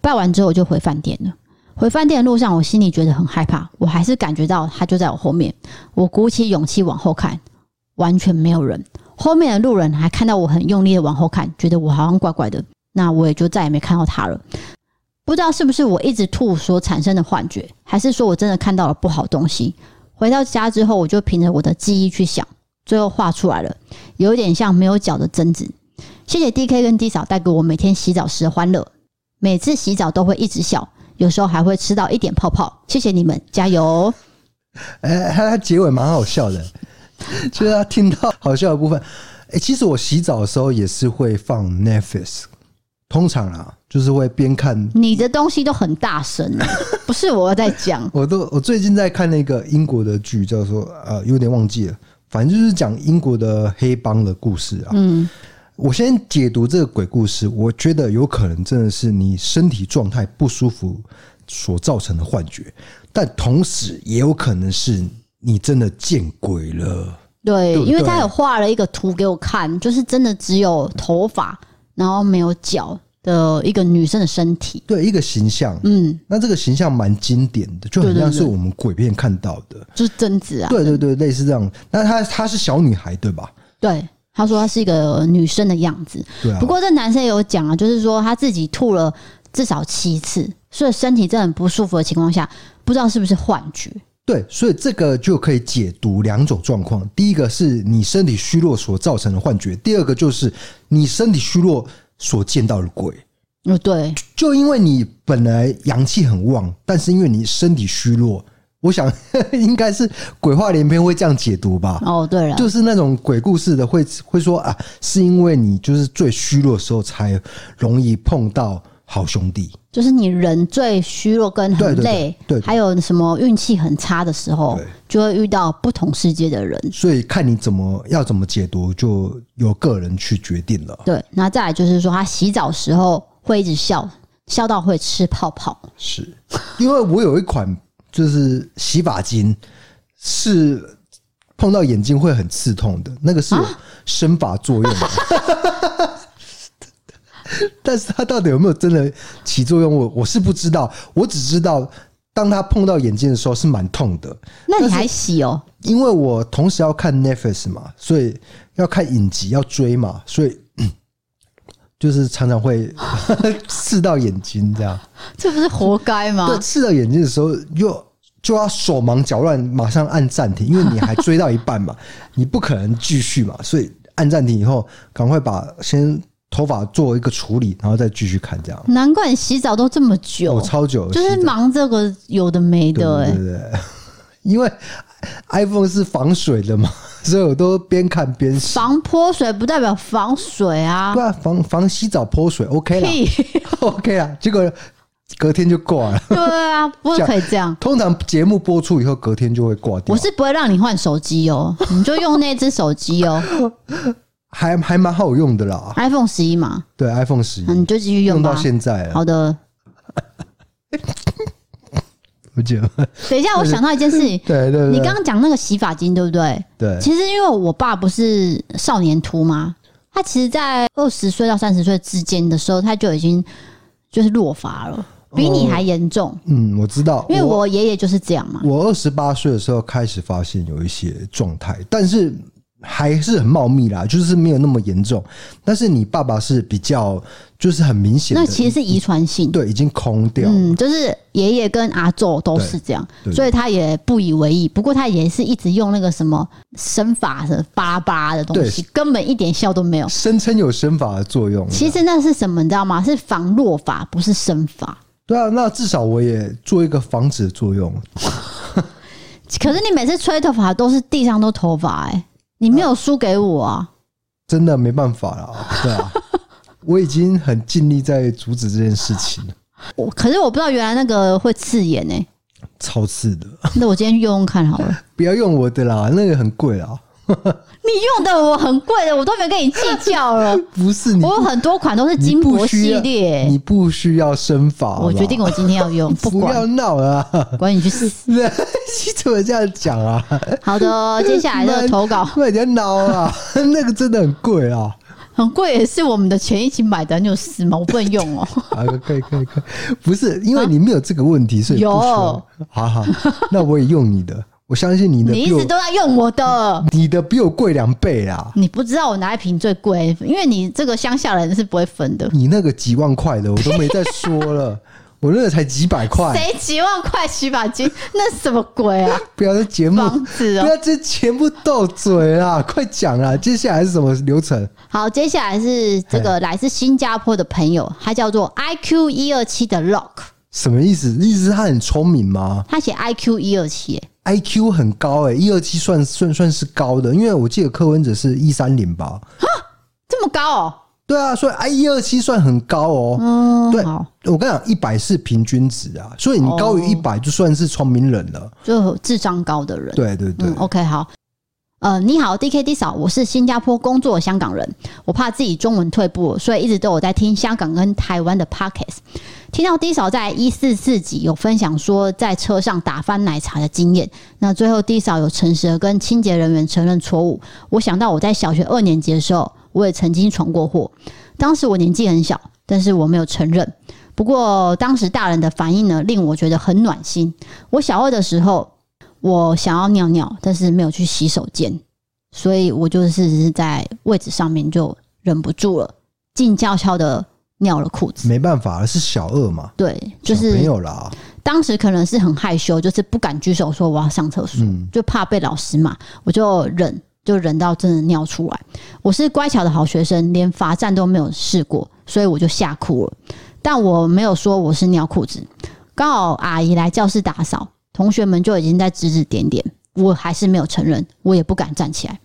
Speaker 1: 拜完之后我就回饭店了。回饭店的路上，我心里觉得很害怕，我还是感觉到他就在我后面。我鼓起勇气往后看，完全没有人。后面的路人还看到我很用力的往后看，觉得我好像怪怪的。那我也就再也没看到他了。不知道是不是我一直吐所产生的幻觉，还是说我真的看到了不好东西。回到家之后，我就凭着我的记忆去想，最后画出来了，有一点像没有脚的贞子。谢谢 D K 跟 D 嫂带给我每天洗澡时的欢乐，每次洗澡都会一直笑，有时候还会吃到一点泡泡。谢谢你们，加油哦！
Speaker 2: 哎、他他结尾蛮好笑的，就是他听到好笑的部分。哎、其实我洗澡的时候也是会放 Netflix，通常啊，就是会边看。
Speaker 1: 你的东西都很大 声欸，不是我在讲，
Speaker 2: 我都我最近在看那个英国的剧，叫做呃，有点忘记了，反正就是讲英国的黑帮的故事啊。
Speaker 1: 嗯，
Speaker 2: 我先解读这个鬼故事，我觉得有可能真的是你身体状态不舒服所造成的幻觉，但同时也有可能是你真的见鬼了。
Speaker 1: 对，
Speaker 2: 对不
Speaker 1: 因为他
Speaker 2: 对
Speaker 1: 有画了一个图给我看，就是真的只有头发，然后没有脚的一个女生的身体，
Speaker 2: 对，一个形象，
Speaker 1: 嗯，
Speaker 2: 那这个形象蛮经典的，就很像是我们鬼片看到的。
Speaker 1: 就是贞子啊，
Speaker 2: 对对对，类似这样。那她她是小女孩对吧？
Speaker 1: 对。他说他是一个女生的样子，
Speaker 2: 对啊
Speaker 1: 不。过这男生也有讲啊，就是说他自己吐了至少七次，所以身体真的很不舒服的情况下，不知道是不是幻觉。
Speaker 2: 对，所以这个就可以解读两种状况：第一个是你身体虚弱所造成的幻觉；第二个就是你身体虚弱所见到的鬼。
Speaker 1: 哦，对，
Speaker 2: 就因为你本来阳气很旺，但是因为你身体虚弱，我想 应该是鬼话连篇会这样解读吧。
Speaker 1: 哦，对了，
Speaker 2: 就是那种鬼故事的会会说啊，是因为你就是最虚弱的时候才容易碰到好兄弟。
Speaker 1: 就是你人最虚弱跟很
Speaker 2: 对对对
Speaker 1: 累，
Speaker 2: 对对
Speaker 1: 还有什么运气很差的时候
Speaker 2: 对，
Speaker 1: 就会遇到不同世界的人。
Speaker 2: 所以看你怎么要怎么解读，就由个人去决定了。
Speaker 1: 对，那再来就是说，他洗澡时候会一直笑，笑到会吃泡泡。
Speaker 2: 是因为我有一款就是洗发精，是碰到眼睛会很刺痛的，那个是有生发作用的。 但是它到底有没有真的起作用，我我是不知道。我只知道，当它碰到眼睛的时候是蛮痛的，
Speaker 1: 那
Speaker 2: 但
Speaker 1: 你
Speaker 2: 是
Speaker 1: 还洗哦？
Speaker 2: 因为我同时要看 Netflix 嘛，所以要看影集要追嘛，所以、 嗯就是常常会 刺到眼睛这样。
Speaker 1: 这不是活该吗
Speaker 2: 对，刺到眼睛的时候又就要手忙脚乱，马上按暂停，因为你还追到一 半嘛，你不可能继续嘛，所以按暂停以后，赶快把先头发做一个处理，然后再继续看这样。哦
Speaker 1: 难怪你洗澡都这么久，
Speaker 2: 我超久，
Speaker 1: 就是忙这个有的没
Speaker 2: 对
Speaker 1: 的、
Speaker 2: 对
Speaker 1: 欸。
Speaker 2: 对对， 因为 iPhone 是防水的嘛， 所以我都边看边洗。
Speaker 1: 防泼水不代表防水啊
Speaker 2: 对，啊，防防洗澡泼水 OK 啦
Speaker 1: 屁！
Speaker 2: ，OK 啦。结果隔天就挂了。
Speaker 1: 对啊，不是可以这样。
Speaker 2: 通常节目播出以后，隔天就会挂掉。
Speaker 1: 我是不会让你换手机哦，你就用那只手机 哦
Speaker 2: 还还蛮好用的啦，
Speaker 1: ，iPhone 十一嘛，
Speaker 2: 对 iPhone 十一
Speaker 1: 嗯那你就继续
Speaker 2: 用
Speaker 1: 吧
Speaker 2: 到。现在了，
Speaker 1: 好的，
Speaker 2: 我觉得
Speaker 1: 等一下，我想到一件事情，
Speaker 2: 对对对，
Speaker 1: 你刚刚讲那个洗发精对不对？
Speaker 2: 对
Speaker 1: 其实因为我爸不是少年秃吗？他其实，在二十岁到三十岁之间的时候，他就已经就是落发了，比你还严重。
Speaker 2: 嗯，我知道，
Speaker 1: 因为
Speaker 2: 哦我
Speaker 1: 我爷爷就是这样嘛。
Speaker 2: 我二十八岁的时候开始发现有一些状态，但是还是很茂密啦，就是没有那么严重。但是你爸爸是比较就是很明显的，
Speaker 1: 那其实是遗传性，
Speaker 2: 对已啊经空掉了，
Speaker 1: 嗯，就是爷爷跟阿昼都是这样
Speaker 2: 对，对
Speaker 1: 所以他也不以为意。不过他也是一直用那个什么生发的巴巴的东西，根本一点效都没有。
Speaker 2: 声称有生发的作用。
Speaker 1: 其实那是什么，你知道吗？是防落发，不是生发。
Speaker 2: 对啊，那至少我也做一个防止的作用。
Speaker 1: 可是你每次吹头发都是地上都头发，哎，你没有输给我啊！
Speaker 2: 真的没办法啦，对啊，我已经很尽力在阻止这件事情了，
Speaker 1: 我可是我不知道原来那个会刺眼哎、
Speaker 2: 超次的，
Speaker 1: 那我今天用用看好了。
Speaker 2: 不要用我的啦，那个很贵啦，
Speaker 1: 你用的我很贵的，我都没跟你计较了。
Speaker 2: 不是你
Speaker 1: 我有很多款都是
Speaker 2: 你
Speaker 1: 金
Speaker 2: 不
Speaker 1: 箔
Speaker 2: 需
Speaker 1: 系
Speaker 2: 要
Speaker 1: 列、
Speaker 2: 你不需要生发，好不好
Speaker 1: 我决定我今天要用，不
Speaker 2: 不要
Speaker 1: 管
Speaker 2: 闹了啊，
Speaker 1: 管你去死。
Speaker 2: 你怎么这样讲啊？
Speaker 1: 好 的，哦接下来的投稿
Speaker 2: 不然人家闹啊， 那个真的很贵啊。
Speaker 1: 很贵，也是我们的钱一起买的，你有事吗？我不能用哦。
Speaker 2: 啊，可以可以可以，不是因为你没有这个问题，所以不需
Speaker 1: 有
Speaker 2: 要。好好，那我也用你的，我相信你的
Speaker 1: 你一
Speaker 2: 比我
Speaker 1: 直都在用我的，
Speaker 2: 你的比我贵两倍啊啦。
Speaker 1: 你不知道我哪一瓶最贵，因为你这个乡下人是不会分的。
Speaker 2: 你那个几万块的，我都没再说了，我那个才几百块，
Speaker 1: 谁几万块洗发精？ 那什么鬼啊？
Speaker 2: 不要在节目。
Speaker 1: 房子
Speaker 2: 不
Speaker 1: 哦。
Speaker 2: 要这全部斗嘴啦！快讲啦，接下来是什么流程？
Speaker 1: 好，接下来是这个来自新加坡的朋友，他叫做 I Q 一二七的 Lock，
Speaker 2: 什么意思？意思是他很聪明吗？
Speaker 1: 他写 I Q 一二七，
Speaker 2: I Q 很高诶、欸，一二七算算算是高的，因为我记得柯文哲是一三零吧？
Speaker 1: 这么高哦。
Speaker 2: 对啊，所以 I 一二七算很高哦。
Speaker 1: 嗯，
Speaker 2: 对
Speaker 1: 好，哦
Speaker 2: 我跟你讲，一百是平均值啊，所以你高于一百就算是聪明人了。
Speaker 1: 就智商高的人。
Speaker 2: 对对对，
Speaker 1: 嗯，OK，好。呃，你好，D K D 嫂，我是新加坡工作的香港人，我怕自己中文退步，所以一直都有在听香港跟台湾的 Pockets。听到 D 嫂在一四四集有分享说在车上打翻奶茶的经验，那最后 D 嫂有诚实的跟清洁人员承认错误。我想到我在小学二年级的时候，我也曾经闯过祸，当时我年纪很小，但是我没有承认。不过当时大人的反应呢，令我觉得很暖心。我小二的时候，我想要尿尿，但是没有去洗手间，所以我就是只是在位置上面就忍不住了，静悄悄的尿了裤子。
Speaker 2: 没办法，是小二嘛，
Speaker 1: 对，就
Speaker 2: 没
Speaker 1: 是
Speaker 2: 有啦。
Speaker 1: 当时可能是很害羞，就是不敢举手说我要上厕所，
Speaker 2: 嗯，
Speaker 1: 就怕被老师骂，我就忍，就忍到真的尿出来。我是乖巧的好学生，连罚站都没有试过，所以我就吓哭了。但我没有说我是尿裤子，刚好阿姨来教室打扫，同学们就已经在指指点点，我还是没有承认，我也不敢站起来。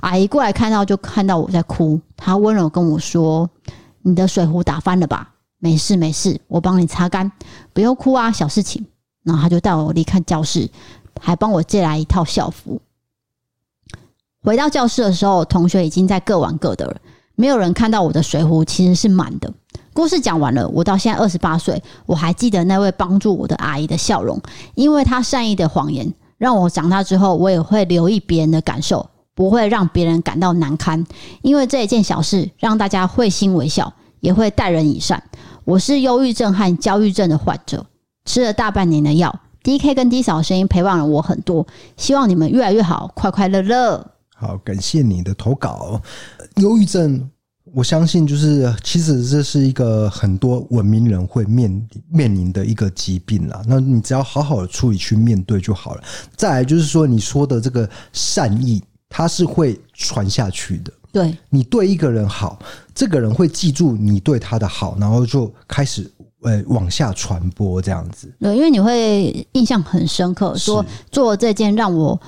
Speaker 1: 阿姨过来看到就看到我在哭，她温柔跟我说：“你的水壶打翻了吧？没事没事，我帮你擦干，不用哭啊，小事情。”然后她就带我离开教室，还帮我借来一套校服。回到教室的时候，同学已经在各玩各的了，没有人看到我的水壶其实是满的。故事讲完了，我到现在二十八岁，我还记得那位帮助我的阿姨的笑容，因为她善意的谎言，让我长大之后，我也会留意别人的感受，不会让别人感到难堪，因为这一件小事让大家会心微笑，也会待人以善。我是忧郁症和焦虑症的患者，吃了大半年的药。D K 跟 D 嫂的声音陪伴了我很多，希望你们越来越好，快快乐乐。
Speaker 2: 好，感谢你的投稿。忧郁症，我相信就是其实这是一个很多文明人会面面临的一个疾病啦。那你只要好好的处理去面对就好了。再来就是说，你说的这个善意，它是会传下去的。
Speaker 1: 对，
Speaker 2: 你对一个人好，这个人会记住你对他的好，然后就开始呃往下传播这样子。
Speaker 1: 对，因为你会印象很深刻，说
Speaker 2: 是
Speaker 1: 做这件让我，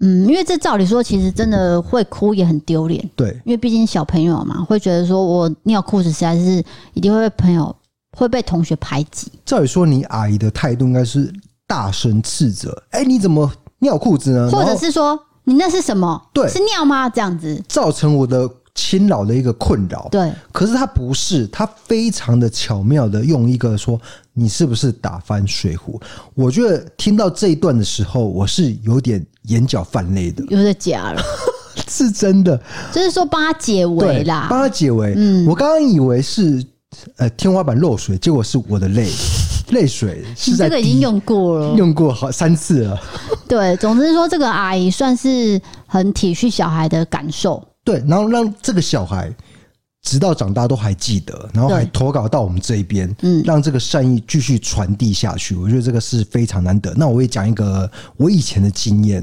Speaker 1: 嗯，因为这照理说，其实真的会哭也很丢脸，
Speaker 2: 对，
Speaker 1: 因为毕竟小朋友嘛，会觉得说我尿裤子实在是一定会被朋友会被同学排挤。
Speaker 2: 照理说，你阿姨的态度应该是大声斥责：“哎、你怎么尿裤子呢？”
Speaker 1: 或
Speaker 2: 然
Speaker 1: 者
Speaker 2: 后
Speaker 1: 是说你那是什么？
Speaker 2: 对
Speaker 1: 是尿吗？这样子，
Speaker 2: 造成我的侵扰的一个困扰。
Speaker 1: 对
Speaker 2: 可是他不是，他非常的巧妙的用一个说你是不是打翻水壶？我觉得听到这一段的时候，我是有点眼角泛 泪的，
Speaker 1: 有点假了，
Speaker 2: 是真的。
Speaker 1: 就是说帮他解围
Speaker 2: 对，帮
Speaker 1: 啦。
Speaker 2: 他解围。
Speaker 1: 嗯
Speaker 2: 我刚刚以为是呃天花板漏水，结果是我的泪泪水
Speaker 1: 你
Speaker 2: 是在
Speaker 1: 这个已经
Speaker 2: 滴
Speaker 1: 用过了，
Speaker 2: 用过好三次了。
Speaker 1: 对，总之说这个阿姨算是很体恤小孩的感受，
Speaker 2: 对，然后让这个小孩直到长大都还记得，然后还
Speaker 1: 对
Speaker 2: 投稿到我们这一边，
Speaker 1: 嗯
Speaker 2: 让这个善意继续传递下去。我觉得这个是非常难得。那我也讲一个我以前的经验，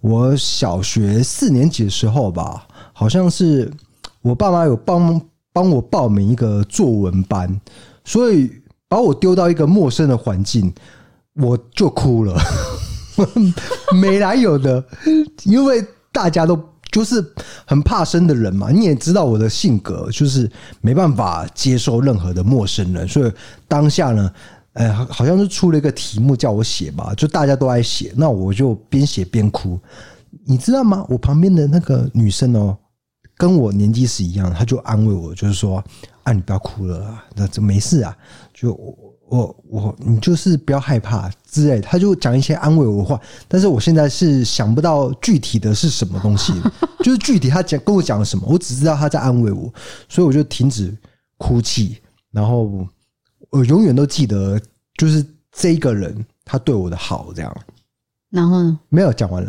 Speaker 2: 我小学四年级的时候吧，好像是我爸妈有帮帮我报名一个作文班，所以把我丢到一个陌生的环境，我就哭了。 没来由的，因为大家都就是很怕生的人嘛，你也知道我的性格，就是没办法接受任何的陌生人，所以当下呢。呃，好好像是出了一个题目叫我写吧，就大家都爱写，那我就边写边哭，你知道吗？我旁边的那个女生哦，跟我年纪是一样，她就安慰我，就是说啊，你不要哭了啦，那这没事啊，就我我我你就是不要害怕之类的，她就讲一些安慰我的话，但是我现在是想不到具体的是什么东西，就是具体她讲跟我讲了什么，我只知道她在安慰我，所以我就停止哭泣，然后我永远都记得就是这个人他对我的好这样。
Speaker 1: 然后呢
Speaker 2: 没有讲完了，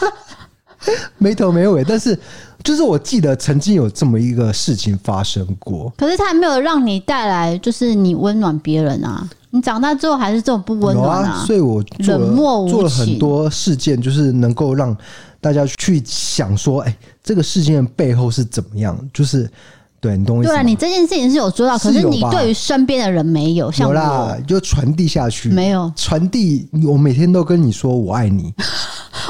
Speaker 2: 没头没尾。但是，就是我记得曾经有这么一个事情发生过。
Speaker 1: 可是他还没有让你带来就是你温暖别人啊，你长大之后还是这种不温
Speaker 2: 有
Speaker 1: 暖
Speaker 2: 啊，所以我做
Speaker 1: 冷漠
Speaker 2: 了
Speaker 1: 无
Speaker 2: 做了
Speaker 1: 情
Speaker 2: 很多事件，就是能够让大家去想说，哎、这个事件背后是怎么样？就是对你懂我意
Speaker 1: 对
Speaker 2: 思
Speaker 1: 啊，
Speaker 2: 吗？
Speaker 1: 你这件事情是有做到，可
Speaker 2: 是
Speaker 1: 是
Speaker 2: 有
Speaker 1: 你
Speaker 2: 吧
Speaker 1: 对于身边的人没有，像
Speaker 2: 有
Speaker 1: 我
Speaker 2: 啦，就传递下去。
Speaker 1: 没有
Speaker 2: 传递，我每天都跟你说我爱你，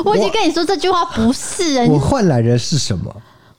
Speaker 1: 我已经跟你说这句话不是
Speaker 2: 我
Speaker 1: 人，
Speaker 2: 换来的是什么？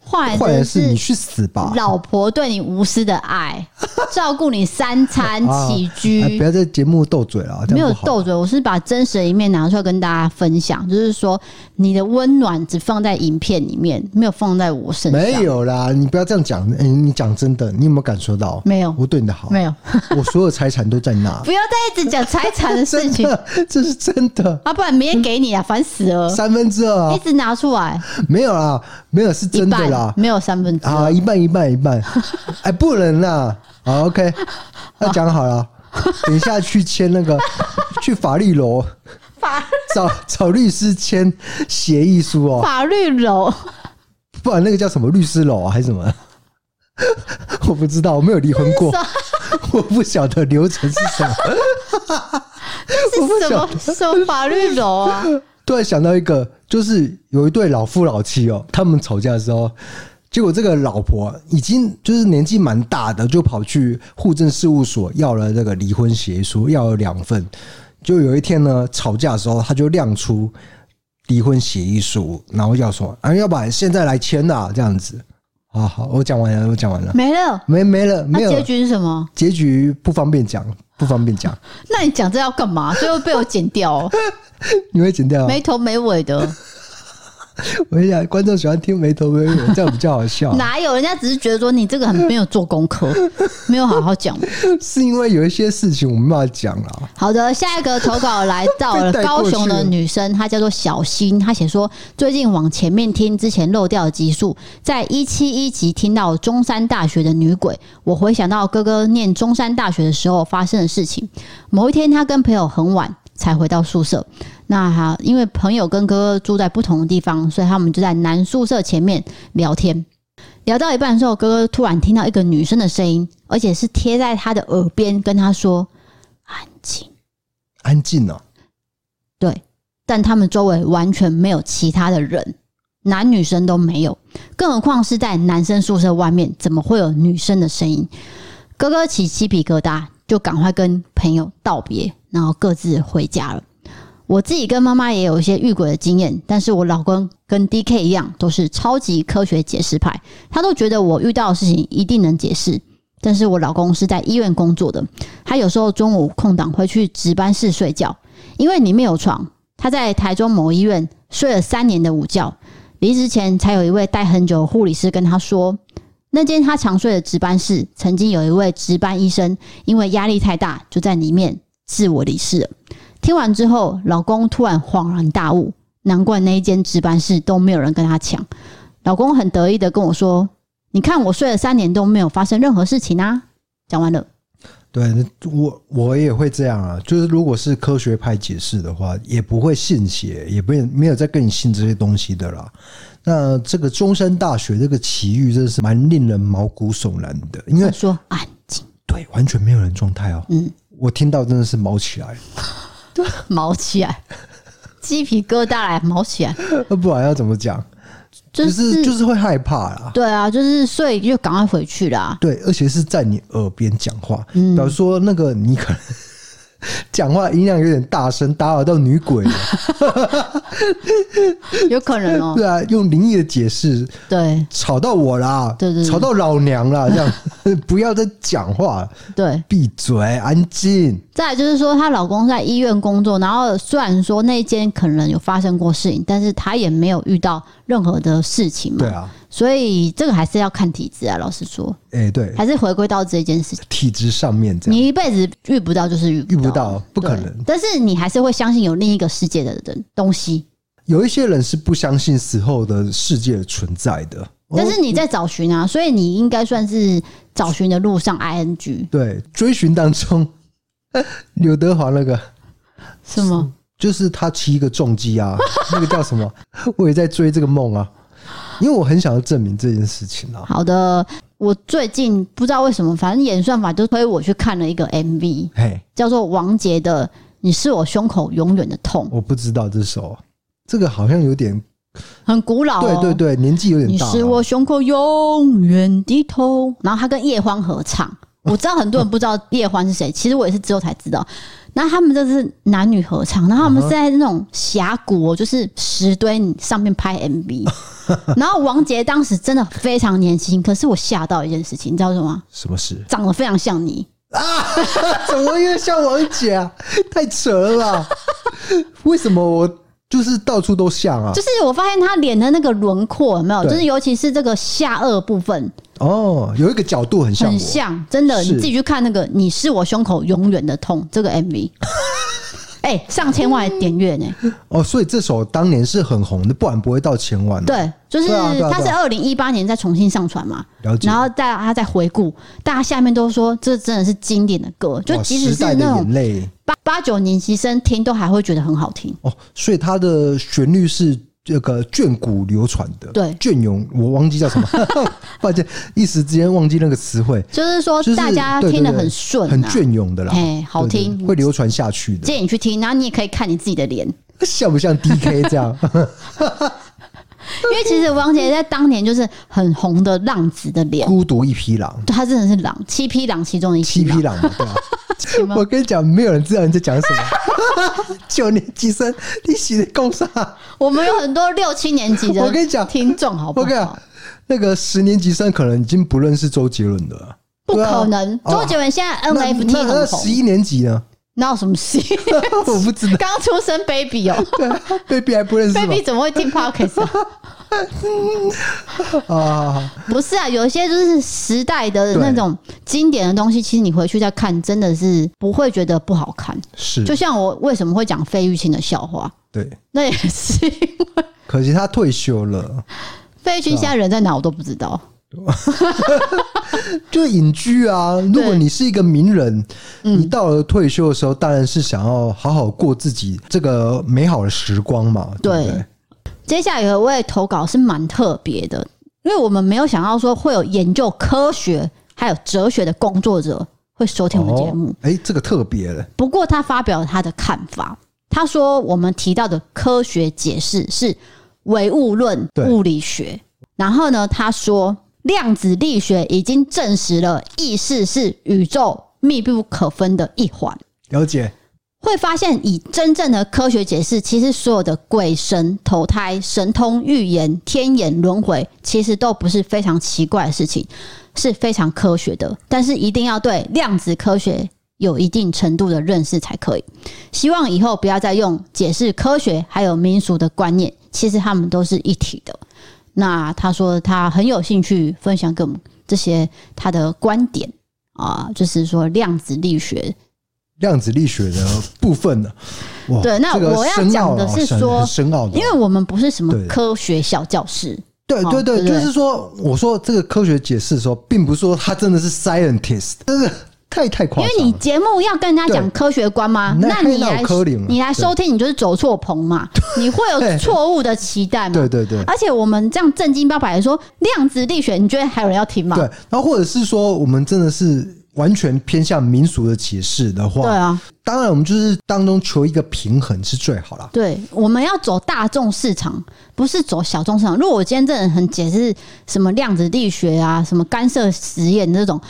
Speaker 1: 换来
Speaker 2: 换来
Speaker 1: 真嗯
Speaker 2: 的
Speaker 1: 的
Speaker 2: 是
Speaker 1: 是
Speaker 2: 你啊去死吧！
Speaker 1: 老婆对你无私的 爱，照顾你三餐
Speaker 2: 啊
Speaker 1: 起
Speaker 2: 哎
Speaker 1: 居
Speaker 2: 不，要在节目斗嘴了，这样
Speaker 1: 没有
Speaker 2: 不好
Speaker 1: 斗嘴，啊我是把真实的一面拿出来跟大家分享，就是说你的温暖只放在影片里面，没有放在我身上。
Speaker 2: 没有啦，你不要这样讲。哎、你讲真的，你有没有感受到？
Speaker 1: 没有
Speaker 2: 我对你的好，
Speaker 1: 没有，
Speaker 2: 我所有财产都在那。
Speaker 1: 不要再一直讲财产的事
Speaker 2: 真
Speaker 1: 情
Speaker 2: 的，这是真的，
Speaker 1: 啊，不然明天给 你啊，烦死了！
Speaker 2: 三分之二
Speaker 1: 一
Speaker 2: 啊，
Speaker 1: 直拿出来
Speaker 2: 没有啦，没有是
Speaker 1: 一
Speaker 2: 真的
Speaker 1: 半
Speaker 2: 啦，，
Speaker 1: 没有三分之
Speaker 2: 啊，
Speaker 1: 二。
Speaker 2: 一半一半一半，哎，不能啦，好，OK，那 讲好了，等一下去签那 个，去法律楼
Speaker 1: 法
Speaker 2: 找找律师签协议书哦、
Speaker 1: 法律楼，
Speaker 2: 不然那个叫什么律师楼啊，还是什么？ 我不知道，我没有离婚过，我不晓得流程是什么。
Speaker 1: 是什么什么法律楼啊？
Speaker 2: 突然想到一个，就是有一对老夫老妻哦，他们吵架的时候，结果这个老婆已经就是年纪蛮大的，就跑去户政事务所要了那个离婚协议书，要了两份。就有一天呢，吵架的时候，他就亮出离婚协议书，然后要说啊，要不然现在来签啦、这样子。啊，好，我讲完了，我讲完了，
Speaker 1: 没了。
Speaker 2: 没没了，
Speaker 1: 那
Speaker 2: 没有
Speaker 1: 结局是什么？
Speaker 2: 结局不方便讲，不方便 讲，
Speaker 1: 那你讲这要干嘛？最后被我剪掉 哦，
Speaker 2: 你会剪掉啊。
Speaker 1: 没头没尾的，
Speaker 2: 我跟你讲，观众喜欢听没头没尾，这样比较好 笑。
Speaker 1: 哪有？人家只是觉得说你这个很没有做功课，没有好好讲。
Speaker 2: 是因为有一些事情我没办法讲啦。
Speaker 1: 好的，下一个投稿来到了
Speaker 2: 被带过
Speaker 1: 高
Speaker 2: 去
Speaker 1: 雄的女生，她叫做小新，她写说最近往前面听之前漏掉的集数，在一七一集听到中山大学的女鬼，我回想到哥哥念中山大学的时候发生的事情。某一天，他跟朋友很晚才回到宿舍，那哈，因为朋友跟哥哥住在不同的地方，所以他们就在男宿舍前面聊天。聊到一半的时候，哥哥突然听到一个女生的声音，而且是贴在他的耳边跟他说：“安静。”
Speaker 2: 安静哦，
Speaker 1: 对，但他们周围完全没有其他的人，男女生都没有，更何况是在男生宿舍外面，怎么会有女生的声音？哥哥起鸡皮疙瘩，就赶快跟朋友道别，然后各自回家了。我自己跟妈妈也有一些遇鬼的经验，但是我老公跟 D K 一样，都是超级科学解释派，他都觉得我遇到的事情一定能解释。但是我老公是在医院工作的，他有时候中午空档会去值班室睡觉，因为里面有床。他在台中某医院睡了三年的午觉，离职前才有一位待很久的护理师跟他说，那间他常睡的值班室曾经有一位值班医生因为压力太大，就在里面自我离世了。听完之后，老公突然恍然大悟，难怪那一间值班室都没有人跟他抢。老公很得意的跟我说：“你看，我睡了三年都没有发生任何事情啊。”讲完了，
Speaker 2: 对，那我我也会这样啊，就是如果是科学派解释的话，也不会信邪，也不没有在跟你信这些东西的啦。那这个中山大学这个奇遇，真的是蛮令人毛骨悚然的，因为
Speaker 1: 他说：“啊安静，
Speaker 2: 对完全没有人状态哦。
Speaker 1: 嗯，
Speaker 2: 我听到真的是毛起来，
Speaker 1: 毛起 来，鸡皮疙瘩来，毛起来，
Speaker 2: 那不然要怎么讲？
Speaker 1: 就
Speaker 2: 就是
Speaker 1: 是
Speaker 2: 就是会害怕啦。
Speaker 1: 对啊，就是所以就赶快回去 啦。
Speaker 2: 对，而且是在你耳边讲话，
Speaker 1: 嗯
Speaker 2: 比如说那个你可能 讲话音量有点大声，打扰到女鬼了，
Speaker 1: 有可能 哦、
Speaker 2: 对啊，用灵异的解释
Speaker 1: 对
Speaker 2: 吵到我啦，
Speaker 1: 对对对
Speaker 2: 吵到老娘啦，这 样不要再讲话了，
Speaker 1: 对。
Speaker 2: 闭嘴，安静。
Speaker 1: 再来就是说，她老公在医院工作，然后虽然说那一间可能有发生过事情，但是她也没有遇到任何的事情嘛
Speaker 2: 对，啊，
Speaker 1: 所以这个还是要看体质啊。老实说，
Speaker 2: 哎、对，
Speaker 1: 还是回归到这件事情。
Speaker 2: 体质上面这样
Speaker 1: 你一辈子遇不到就是遇
Speaker 2: 遇不
Speaker 1: 不
Speaker 2: 到，不可
Speaker 1: 对
Speaker 2: 能。
Speaker 1: 但是你还是会相信有另一个世界的人东西，
Speaker 2: 有一些人是不相信死后的世界存在的，哦
Speaker 1: 但是你在找寻啊，所以你应该算是找寻的路上 ing
Speaker 2: 对追寻当中， 刘德华那个。
Speaker 1: 是吗？
Speaker 2: 就是他骑一个重机 啊，那个叫什么？我也在追这个梦啊，因为我很想要证明这件事情啊。
Speaker 1: 好的，我最近不知道为什么，反正演算法就推我去看了一个 MV，
Speaker 2: 嘿，
Speaker 1: 叫做王杰的《你是我胸口永远的痛
Speaker 2: 我不知道这首，啊这个好像有点，》，
Speaker 1: 很古老、哦，
Speaker 2: 对对对，年纪有点
Speaker 1: 你
Speaker 2: 大啊。
Speaker 1: 是我胸口永远的痛。然后他跟叶欢合唱，我知道很多人不知道叶欢是谁，其实我也是之后才知道。那他们这是男女合唱，然后他们是在那种峡谷、哦，就是石堆上面拍 MV。然后王杰当时真的非常年轻，可是我吓到一件事情，你知道什么吗？
Speaker 2: 什么事？
Speaker 1: 长得非常像你，
Speaker 2: 怎么越像王姐啊？太扯了啦！为什么我就是到处都像啊
Speaker 1: 就？是我发现他脸的那个轮廓有没有，
Speaker 2: 对
Speaker 1: 就是尤其是这个下颚部分
Speaker 2: 哦，有一个角度很像
Speaker 1: 很
Speaker 2: 我，
Speaker 1: 像，真的，你
Speaker 2: 是
Speaker 1: 自己去看那个《你是我胸口永远的痛》这个 MV，哎、上千万的点阅呢、
Speaker 2: 哦，所以这首当年是很红的，不然不会到千万、啊。，
Speaker 1: 对，就是
Speaker 2: 对啊对啊
Speaker 1: 它是
Speaker 2: 对
Speaker 1: 二零一八年再重新上传嘛，
Speaker 2: 了解
Speaker 1: 然。后大家再回顾，大家下面都说这真的是经典的歌，就
Speaker 2: 哇
Speaker 1: 即使
Speaker 2: 时代
Speaker 1: 是
Speaker 2: 的
Speaker 1: 那
Speaker 2: 眼
Speaker 1: 种
Speaker 2: 泪
Speaker 1: 八八九年级生听都还会觉得很好听。
Speaker 2: 哦，所以它的旋律是这个卷骨流传的，
Speaker 1: 对
Speaker 2: 隽永，我忘记叫 什么，抱歉，一时之间忘记那个词汇，
Speaker 1: 就是说
Speaker 2: 就是，
Speaker 1: 哦大家
Speaker 2: 对对
Speaker 1: 听得
Speaker 2: 对
Speaker 1: 很顺、啊，
Speaker 2: 很隽永的啦，
Speaker 1: 嘿好
Speaker 2: 对对
Speaker 1: 听
Speaker 2: 对会流传下去的，
Speaker 1: 建议你去听，然后你也可以看你自己的脸，
Speaker 2: 像不像 DK 这样？
Speaker 1: 因为其实王杰在当年就是很红的浪子的脸，
Speaker 2: 孤独一匹狼，
Speaker 1: 他真的是狼，七匹狼其中的一
Speaker 2: 七
Speaker 1: 匹
Speaker 2: 匹
Speaker 1: 狼。
Speaker 2: 狼嘛，对吧、啊我跟你讲，没有人知道你在讲什么。 九年级生，你写的共啥？
Speaker 1: 我们有很多六七年级的，
Speaker 2: 我跟你讲
Speaker 1: 听众好不
Speaker 2: 我跟你
Speaker 1: 好
Speaker 2: 讲？，那个十年级生可能已经不认识周杰伦的了。
Speaker 1: 不
Speaker 2: 对啊
Speaker 1: 可能，
Speaker 2: 哦
Speaker 1: 周杰伦现在
Speaker 2: 那
Speaker 1: NFT
Speaker 2: 那那
Speaker 1: 很
Speaker 2: 十
Speaker 1: 红，
Speaker 2: 一年级呢？
Speaker 1: 哪有什么事？
Speaker 2: 我不知 道
Speaker 1: 刚出生 baby 哦
Speaker 2: ，baby 还不认识吗
Speaker 1: ，baby 怎么会听 podcast？啊、
Speaker 2: 啊？
Speaker 1: 不是啊，有一些就是时代的
Speaker 2: 对
Speaker 1: 那种经典的东西，其实你回去再看，真的是不会觉得不好看。
Speaker 2: 是，
Speaker 1: 就像我为什么会讲费玉清的笑话，
Speaker 2: 对，
Speaker 1: 那也是因为
Speaker 2: 可惜他退休了，
Speaker 1: 费玉
Speaker 2: 啊
Speaker 1: 清现在人在哪我都不知道。
Speaker 2: 就隐居啊。如果
Speaker 1: 对
Speaker 2: 你是一个名人，
Speaker 1: 嗯
Speaker 2: 你到了退休的时候，当然是想要好好过自己这个美好的时光嘛，对不
Speaker 1: 对
Speaker 2: 对？
Speaker 1: 接下来有一位投稿是蛮特别的，因为我们没有想到说会有研究科学还有哲学的工作者会收听我们节目。
Speaker 2: 哦，哎、这个特别了，
Speaker 1: 不过他发表了他的看法，他说我们提到的科学解释是唯物论
Speaker 2: 对
Speaker 1: 物理学，然后呢，他说量子力学已经证实了意识是宇宙密不可分的一环。
Speaker 2: 了解。
Speaker 1: 会发现，以真正的科学解释，其实所有的鬼神、投胎、神通、预言、天眼、轮回，其实都不是非常奇怪的事情。是非常科学的，但是一定要对量子科学有一定程度的认识才可以。希望以后不要再用解释科学还有民俗的观念，其实他们都是一体的。那他说他很有兴趣分享给我们这些他的观点啊、就是说量子力学。
Speaker 2: 量子力学的部分呢？哇
Speaker 1: 对那
Speaker 2: 这个
Speaker 1: 我要
Speaker 2: 深奥
Speaker 1: 讲的
Speaker 2: 哦
Speaker 1: 是
Speaker 2: 深
Speaker 1: 说
Speaker 2: 很深奥的哦，
Speaker 1: 因为我们不是什么
Speaker 2: 对
Speaker 1: 科学小教室，
Speaker 2: 对
Speaker 1: 哦
Speaker 2: 对对，
Speaker 1: 对不
Speaker 2: 就
Speaker 1: 对
Speaker 2: 是说，我说这个科学解释的时候，并不是说他真的是 scientist，真的太太夸
Speaker 1: 因为
Speaker 2: 张
Speaker 1: 你
Speaker 2: 了。
Speaker 1: 节目要跟人家讲
Speaker 2: 对
Speaker 1: 科学观吗？
Speaker 2: 那
Speaker 1: 那你
Speaker 2: 那有
Speaker 1: 来
Speaker 2: 可能吗
Speaker 1: 你来收听，你就是走错棚嘛，你会有错误的期待嘛？
Speaker 2: 对对对
Speaker 1: 而且我们这样正经八百的说量子力学，你觉得还有人要听吗？
Speaker 2: 对，然后或者是说，我们真的是完全偏向民俗的解释的
Speaker 1: 对
Speaker 2: 话，
Speaker 1: 啊，
Speaker 2: 当然我们就是当中求一个平衡是最好啦。
Speaker 1: 对，我们要走大众市场，不是走小众市场。如果我今天真的很解释什么量子力学啊、什么干涉实验这种，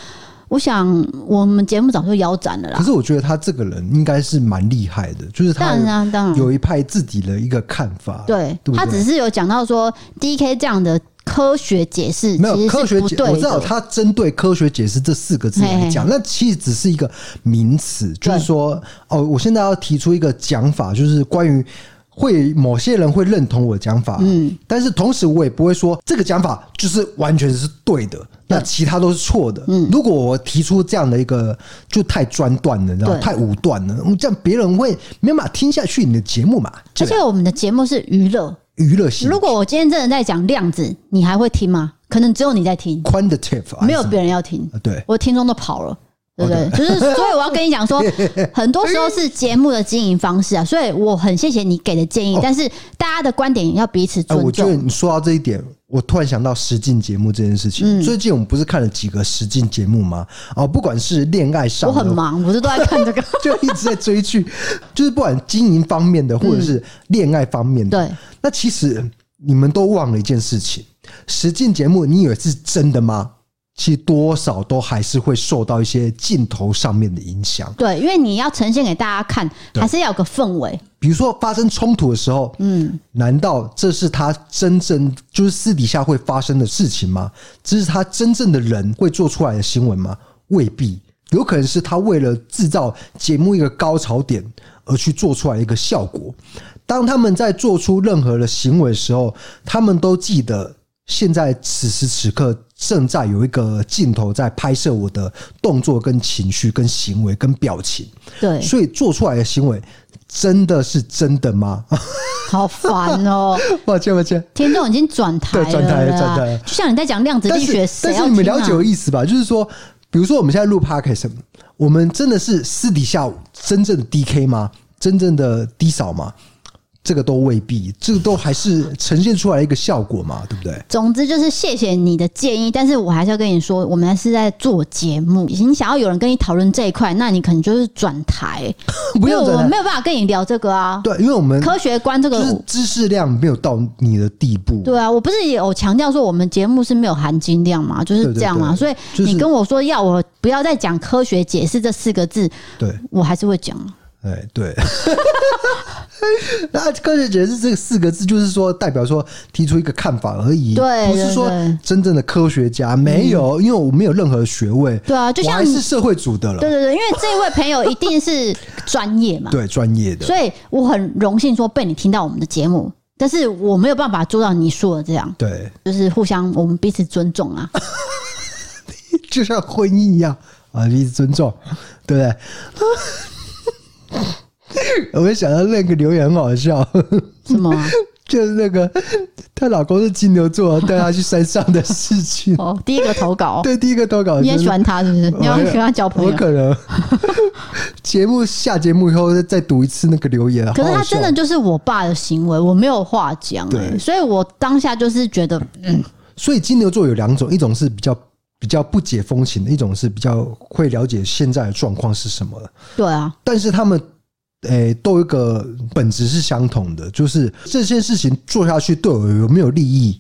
Speaker 1: 我想我们节目早就腰斩了
Speaker 2: 可
Speaker 1: 啦。
Speaker 2: 是我觉得他这个人应该是蛮厉害的，就是他
Speaker 1: 当然啊，当然
Speaker 2: 有一派自己的一个看法。
Speaker 1: 对
Speaker 2: 啊对不
Speaker 1: 他
Speaker 2: 对
Speaker 1: 只是有讲到说，D K 这样的科学解释
Speaker 2: 没有
Speaker 1: 其
Speaker 2: 科
Speaker 1: 实
Speaker 2: 学
Speaker 1: 是不
Speaker 2: 解，
Speaker 1: 对的。
Speaker 2: 我知道啊它针对科学解释这四个字来讲，那其实只是一个名词，就是说，哦，我现在要提出一个讲法，就是关于会某些人会认同我的讲法，嗯，但是同时我也不会说这个讲法就是完全是对的，那其他都是错的。嗯，如果我提出这样的一个，就太专断了，你知道吗
Speaker 1: 对
Speaker 2: 太武断了，嗯这样别人会没办法听下去你的节目嘛，
Speaker 1: 而
Speaker 2: 这
Speaker 1: 且
Speaker 2: 个
Speaker 1: 我们的节目是娱乐，
Speaker 2: 娱乐性
Speaker 1: 如果我今天真的在讲量子，你还会听吗？可能只有你在听，
Speaker 2: quantitative 啊
Speaker 1: 没有
Speaker 2: 什么
Speaker 1: 别人要听。
Speaker 2: 啊对。哦
Speaker 1: 我的听众都跑了。对不对？就是，所以我要跟你讲 说，很多时候是节目的经营方式啊，所以我很谢谢你给的建议，但是大家的观点要彼此
Speaker 2: 哦哎、我
Speaker 1: 尊
Speaker 2: 觉得
Speaker 1: 重。
Speaker 2: 你说到这一点，我突然想到实境节目这件事情。
Speaker 1: 嗯
Speaker 2: 最近我们不是看了几个实境节目吗？哦，不管是恋爱上
Speaker 1: 我
Speaker 2: 的，
Speaker 1: 很 忙，我是都在看这个。
Speaker 2: 就一直在追剧，就是不管经营方面的，或者是恋爱方面的。
Speaker 1: 嗯对，
Speaker 2: 那其实你们都忘了一件事情：实境节目，你以为是真的吗？其实多少都还是会受到一些镜头上面的影响。
Speaker 1: 对，因为你要呈现给大家看，
Speaker 2: 对
Speaker 1: 还是要有个氛围。
Speaker 2: 比如说发生冲突的时候，嗯，难道这是他真正就是私底下会发生的事情吗？这是他真正的人会做出来的新闻吗？未必，有可能是他为了制造节目一个高潮点而去做出来一个效果。当他们在做出任何的行为的时候，他们都记得现在此时此刻正在有一个镜头在拍摄我的动作、跟情绪、跟行为、跟表情。
Speaker 1: 对，
Speaker 2: 所以做出来的行为真的是真的吗？
Speaker 1: 好烦哦、
Speaker 2: 抱歉，抱歉。
Speaker 1: 听众已经转台
Speaker 2: 对转台了
Speaker 1: 啦
Speaker 2: 转台了
Speaker 1: 就像你在讲量子
Speaker 2: 但
Speaker 1: 力
Speaker 2: 是
Speaker 1: 学，谁
Speaker 2: 但
Speaker 1: 要
Speaker 2: 是
Speaker 1: 听啊？
Speaker 2: 你们了解我意思吧？就是说，比如说我们现在录 podcast，我们真的是私底下真正的 DK 吗？真正的低扫吗？这个都未必，这个都还是呈现出来一个效果嘛，对 不对？
Speaker 1: 总之就是谢谢你的建议，但是我还是要跟你说，我们是在做节目，你想要有人跟你讨论这一块，那你可能就是转台，
Speaker 2: 不
Speaker 1: 因为
Speaker 2: 用
Speaker 1: 我
Speaker 2: 真
Speaker 1: 没
Speaker 2: 的，
Speaker 1: 有办法跟你聊这个啊。
Speaker 2: 对，因为我们
Speaker 1: 科学观这
Speaker 2: 就
Speaker 1: 个，
Speaker 2: 是知识量没有到你的地步，
Speaker 1: 对啊，我不是也有强调说我们节目是没有含金量嘛，就是这样嘛。
Speaker 2: 对就
Speaker 1: 所以
Speaker 2: 是
Speaker 1: 你跟我说要我不要再讲科学解释这四个字，
Speaker 2: 对，
Speaker 1: 我还是会讲。
Speaker 2: 哎，对。 那科学解释这四个字，就是说代表说提出一个看法而已，
Speaker 1: 对
Speaker 2: 不是
Speaker 1: 对
Speaker 2: 说
Speaker 1: 对嗯
Speaker 2: 真正的科学家没有，因为我没有任何学位，
Speaker 1: 对啊，就
Speaker 2: 我
Speaker 1: 像
Speaker 2: 还
Speaker 1: 你
Speaker 2: 是社会组的
Speaker 1: 对对
Speaker 2: 了，
Speaker 1: 对，因为这位朋友一定是专业嘛，
Speaker 2: 对专业的，
Speaker 1: 所以我很荣幸说被你听到我们的节目，但是我没有办法做到你说的这样，
Speaker 2: 对，
Speaker 1: 就是互相我们彼此尊重 啊。
Speaker 2: 就像婚姻一样啊，一直尊重，对不对？ 我们想到那个留言很好笑，
Speaker 1: 什么啊？。
Speaker 2: 就是那个她老公是金牛座，带她去山上的事情
Speaker 1: 哦，第一个投稿，
Speaker 2: 对，第一个投稿
Speaker 1: 你也
Speaker 2: 就是
Speaker 1: 喜欢他是不是？你要
Speaker 2: 我
Speaker 1: 跟他交朋
Speaker 2: 我
Speaker 1: 友？
Speaker 2: 可能节目下节目以后再再读一次那个留言，
Speaker 1: 可是
Speaker 2: 好
Speaker 1: 他
Speaker 2: 好笑
Speaker 1: 真的，就是我爸的行为，我没有话讲、
Speaker 2: 对
Speaker 1: 欸，所以我当下就是觉得，嗯
Speaker 2: 所以金牛座有两种，一种是比较比较不解风情的，一种是比较会了解现在的状况是什么的。
Speaker 1: 对啊，
Speaker 2: 但是他们诶、都有一个本质是相同的，就是这件事情做下去对我有没有利益？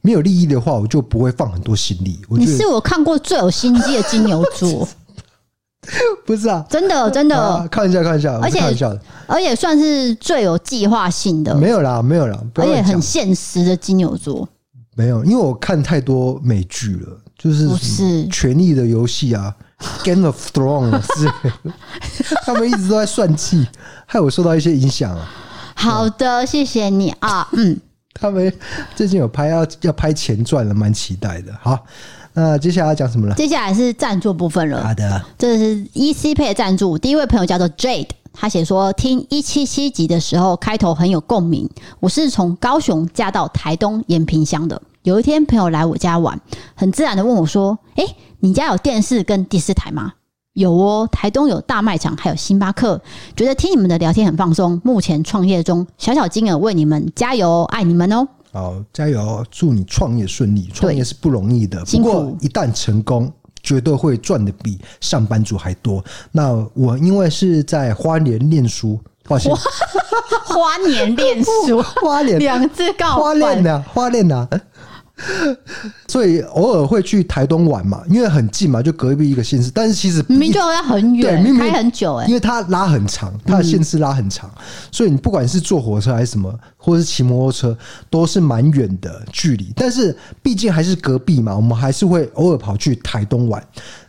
Speaker 2: 没有利益的话，我就不会放很多心力。我
Speaker 1: 你
Speaker 2: 觉得
Speaker 1: 是我看过最有心机的金牛 座，
Speaker 2: 不是啊？
Speaker 1: 真的真
Speaker 2: 啊
Speaker 1: 的，，
Speaker 2: 看一下看一下，
Speaker 1: 而且
Speaker 2: 看一下的，
Speaker 1: 而且算是最有计划性的，
Speaker 2: 没有啦，没有啦，不
Speaker 1: 呃而
Speaker 2: 要
Speaker 1: 且
Speaker 2: 乱讲
Speaker 1: 很现实的金牛座。
Speaker 2: 没有，因为我看太多美剧了，就是
Speaker 1: 不是
Speaker 2: 《权力的游戏》 啊，《Game of Thrones 啊》之类的，他们一直都在算计，害我受到一些影响啊。
Speaker 1: 好的，谢谢你啊，嗯，
Speaker 2: 他们最近有拍要要拍前传了，蛮期待的。好，那接下来要讲什么了？
Speaker 1: 接下来是赞助部分了，
Speaker 2: 好的，
Speaker 1: 这是 EC 配的赞助。第一位朋友叫做 Jade，他写说听一七七集的时候开头很有共鸣。我是从高雄嫁到台东延平乡的。有一天朋友来我家玩，很自然的问我说：“诶、你家有电视跟第四台吗？”有哦，台东有大卖场，还有星巴克。觉得听你们的聊天很放松，目前创业中，小小金额为你们加油哦，爱你们哦。
Speaker 2: 好，加油！祝你创业顺利。创业是不容易的，不
Speaker 1: 辛苦
Speaker 2: 过一旦成功，绝对会赚的比上班族还多。那我因为是在花莲念书，抱歉，
Speaker 1: 花年恋书，
Speaker 2: 花莲，
Speaker 1: 两字告
Speaker 2: 花
Speaker 1: 白
Speaker 2: 莲。的、花莲的、所以偶尔会去台东玩嘛，因为很近嘛，就隔壁一个县市。但是其实
Speaker 1: 明明就要很远，
Speaker 2: 对明明
Speaker 1: 开很久哎、
Speaker 2: 因为它拉很长，它的限制拉很长，所以你不管是坐火车还是什么，或是骑摩托车，都是蛮远的距离。但是毕竟还是隔壁嘛，我们还是会偶尔跑去台东玩。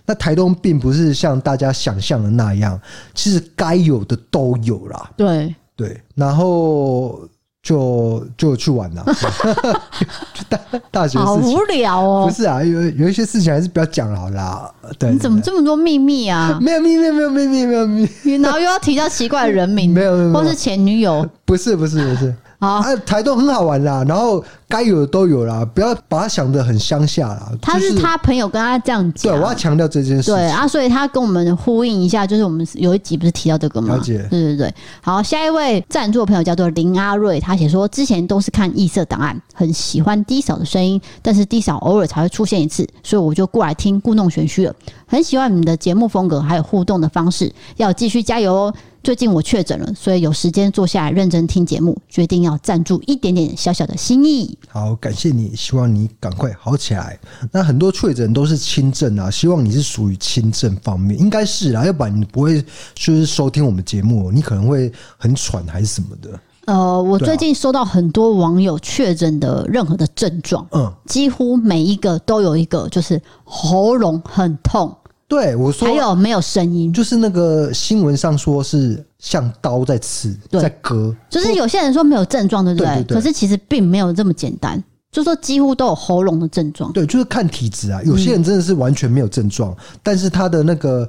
Speaker 2: 那台东并不是像大家想象的那样，其实该有的都有啦。
Speaker 1: 对，
Speaker 2: 对，然后就就 去玩啦。就大大学
Speaker 1: 好
Speaker 2: 事情
Speaker 1: 无聊
Speaker 2: 不
Speaker 1: 哦！
Speaker 2: 是啊，有有一些事情还是不要讲了好啦。对，
Speaker 1: 你怎么
Speaker 2: 对
Speaker 1: 这么多秘密 啊？
Speaker 2: 没有秘密？没有秘密？没有秘密？
Speaker 1: 然后又要提到奇怪的人名，
Speaker 2: 没有没有没有
Speaker 1: 或是前女友。
Speaker 2: 不是不是不是。
Speaker 1: 好，
Speaker 2: 啊，台东很好玩啦，然后该有的都有啦，不要把它想的很乡下啦。
Speaker 1: 他
Speaker 2: 就是
Speaker 1: 他朋友跟他这样
Speaker 2: 对，
Speaker 1: 讲
Speaker 2: 我，要强调这件事
Speaker 1: 对
Speaker 2: 情。
Speaker 1: 啊，所以他跟我们呼应一下，就是我们有一集不是提到这个吗？
Speaker 2: 了解
Speaker 1: 对对对。好，下一位赞助的朋友叫做林阿瑞，他写说之前都是看异色档案，很喜欢低嫂的声音，但是低嫂偶尔才会出现一次，所以我就过来听故弄玄虚了。很喜欢你们的节目风格，还有互动的方式，要继续加油哦！最近我确诊了，所以有时间坐下来认真听节目，决定要赞助一点点小小的心意。
Speaker 2: 好，感谢你，希望你赶快好起来。那很多确诊都是轻症啊，希望你是属于轻症方面，应该是啦，要不然你不会就是收听我们节目，你可能会很喘还是什么的。
Speaker 1: 呃，我
Speaker 2: 对啊
Speaker 1: 最近收到很多网友确诊的任何的症状，
Speaker 2: 嗯，
Speaker 1: 几乎每一个都有一个，就是喉咙很痛，
Speaker 2: 对，我说
Speaker 1: 还有没有声音，
Speaker 2: 就是那个新闻上说是像刀在刺，
Speaker 1: 对
Speaker 2: 在割，
Speaker 1: 就是有些人说没有症状，对不对？
Speaker 2: 对对对
Speaker 1: 可是其实并没有这么简单，就说几乎都有喉咙的症状。
Speaker 2: 对，就是看体质啊。有些人真的是完全没有症状，
Speaker 1: 嗯
Speaker 2: 但是他的那个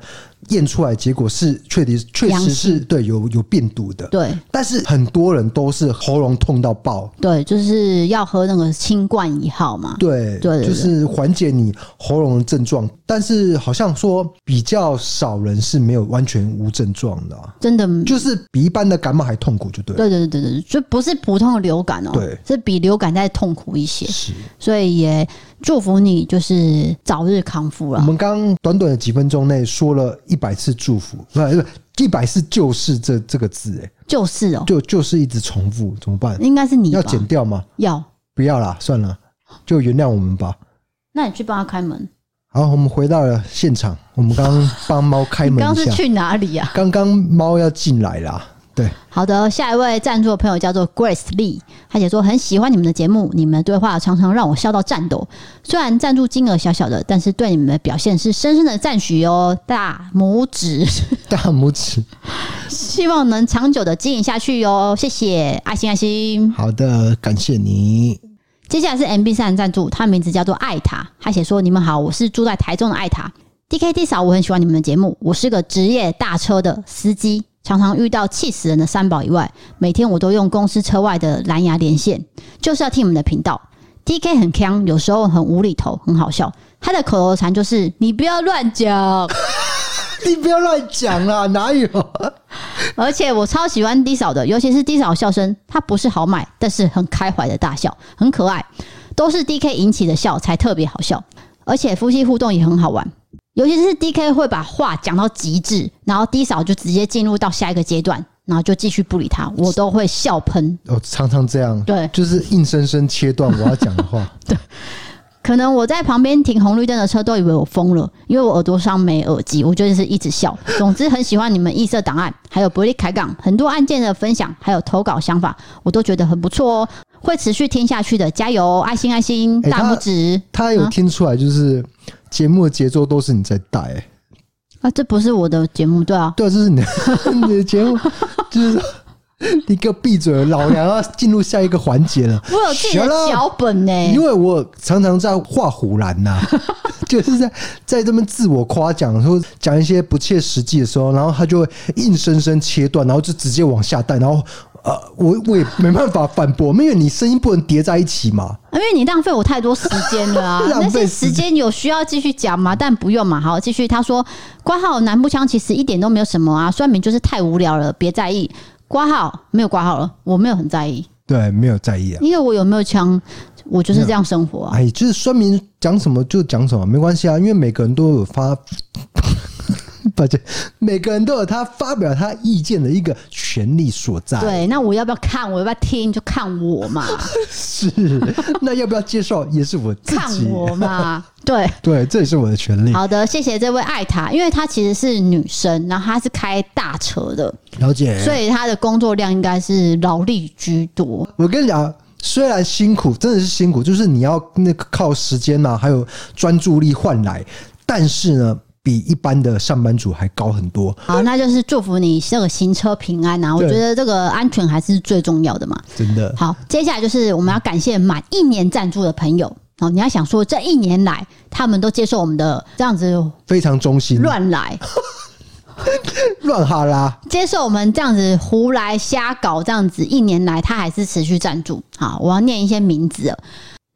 Speaker 2: 验出来结果是确实确
Speaker 1: 阳
Speaker 2: 实
Speaker 1: 性
Speaker 2: 是对有有病毒的。
Speaker 1: 对
Speaker 2: 但是很多人都是喉咙痛到爆，
Speaker 1: 对，就是要喝那个清冠一号嘛。
Speaker 2: 对，
Speaker 1: 对对
Speaker 2: 就是缓解你喉咙的症状。但是好像说比较少人是没有完全无症状的啊、
Speaker 1: 真的，
Speaker 2: 就是比一般的感冒还痛苦，就对了。
Speaker 1: 对对对对对，就不是普通的流感哦、
Speaker 2: 对
Speaker 1: 是比流感再痛苦一些。
Speaker 2: 是
Speaker 1: 所以也祝福你，就是早日康复
Speaker 2: 我
Speaker 1: 啦。
Speaker 2: 们刚短短的几分钟内说了一百次祝福，不是一百次就是这这个字、哎，
Speaker 1: 就是哦、
Speaker 2: 就就是一直重复，怎么办？
Speaker 1: 应该是你吧
Speaker 2: 要？剪掉吗？
Speaker 1: 要，
Speaker 2: 不要啦，算了，就原谅我们吧。
Speaker 1: 那你去帮他开门。
Speaker 2: 好，我们回到了现场，我们刚刚帮猫开
Speaker 1: 你
Speaker 2: 门
Speaker 1: 刚
Speaker 2: 一
Speaker 1: 是
Speaker 2: 下，
Speaker 1: 去哪里啊？
Speaker 2: 刚刚猫要进来啦。对，
Speaker 1: 好的，下一位赞助的朋友叫做 Grace Lee，她写说很喜欢你们的节目，你们的对话常常让我笑到颤抖。虽然赞助金额小小的，但是对你们的表现是深深的赞许哦，大拇指，
Speaker 2: 大拇指。
Speaker 1: 希望能长久的经营下去哟、哦，谢谢，爱心爱心。
Speaker 2: 好的，感谢你。
Speaker 1: 接下来是 MB 三赞助，他名字叫做艾塔，他写说：“你们好，我是住在台中的艾塔。DKT 嫂，我很喜欢你们的节目。我是个职业大车的司机，常常遇到气死人的三宝以外，每天我都用公司车外的蓝牙连线，就是要听你们的频道。DK 很强，有时候很无厘头，很好笑。他的口头禅就是‘你不要乱讲
Speaker 2: 你不要乱讲 啦，哪有？’，
Speaker 1: 而且我超喜欢 D 嫂的，尤其是 D 嫂笑声，她不是好买，但是很开怀的大笑，很可爱。”都是 DK 引起的笑才特别好笑，而且夫妻互动也很好玩。尤其是 DK 会把话讲到极致，然后 D 嫂就直接进入到下一个阶段，然后就继续不理他，我都会笑喷。
Speaker 2: 我常常这样，
Speaker 1: 对
Speaker 2: 就是硬生生切断我要讲的 话。
Speaker 1: 可能我在旁边停红绿灯的车都以为我疯了，因为我耳朵上没耳机，我就是一直笑。总之很喜欢你们异色档案，还有伯利凯港很多案件的分享，还有投稿想法，我都觉得很不错哦。会持续听下去的，加油哦！爱心爱心，
Speaker 2: 哎
Speaker 1: 大
Speaker 2: 他
Speaker 1: 拇指。
Speaker 2: 他有听出来，就是节目的节奏都是你在带、欸，
Speaker 1: 啊，这不是我的节目，对啊，
Speaker 2: 对啊，这是 你的你的节目，就是说你给我闭嘴，老娘要进入下一个环节了。
Speaker 1: 我有自己的
Speaker 2: Shut up
Speaker 1: 脚本呢、
Speaker 2: 因为我常常在画虎兰呐、 就是在在这边自我夸奖，说讲一些不切实际的时候，然后他就会硬生生切断，然后就直接往下带，然后呃，我我也没办法反驳，因为你声音不能叠在一起嘛。！
Speaker 1: 因为你浪费我太多时间了啊
Speaker 2: 浪费
Speaker 1: 那些
Speaker 2: 时间
Speaker 1: 时间有需要继续讲吗？但不用嘛，好，继续。他说，挂号南步枪其实一点都没有什么啊，酸民就是太无聊了，别在意。挂号没有挂号了，我没有很在意，
Speaker 2: 对，没有在意啊。
Speaker 1: 因为我有没有枪，我就是这样生活啊。
Speaker 2: 哎，就是说明讲什么就讲什么，没关系啊，因为每个人都有发， 不对，每个人都有他发表他意见的一个权利所在。，
Speaker 1: 对，那我要不要看？我要不要听？就看我 嘛，
Speaker 2: 是。 那要不要接受也是我自
Speaker 1: 看
Speaker 2: 己。
Speaker 1: 我嘛。对，
Speaker 2: 对，这也是我的权利。
Speaker 1: 好的，谢谢这位艾塔，因为她其实是女生，然后她是开大车的，
Speaker 2: 了解。
Speaker 1: 所以她的工作量应该是劳力居多。
Speaker 2: 我跟你讲，虽然辛苦，真的是辛苦，就是你要那个靠时间呐、还有专注力换来，但是呢，比一般的上班族还高很多。
Speaker 1: 好，那就是祝福你这个行车平安啊！我
Speaker 2: 对
Speaker 1: 觉得这个安全还是最重要的嘛。
Speaker 2: 真的，
Speaker 1: 好，接下来就是我们要感谢满一年赞助的朋友。哦，你要想说这一年来他们都接受我们的这样子
Speaker 2: 非常忠心，
Speaker 1: 乱来，
Speaker 2: 乱哈拉，
Speaker 1: 接受我们这样子胡来瞎搞，这样子一年来他还是持续赞助。好，我要念一些名字了：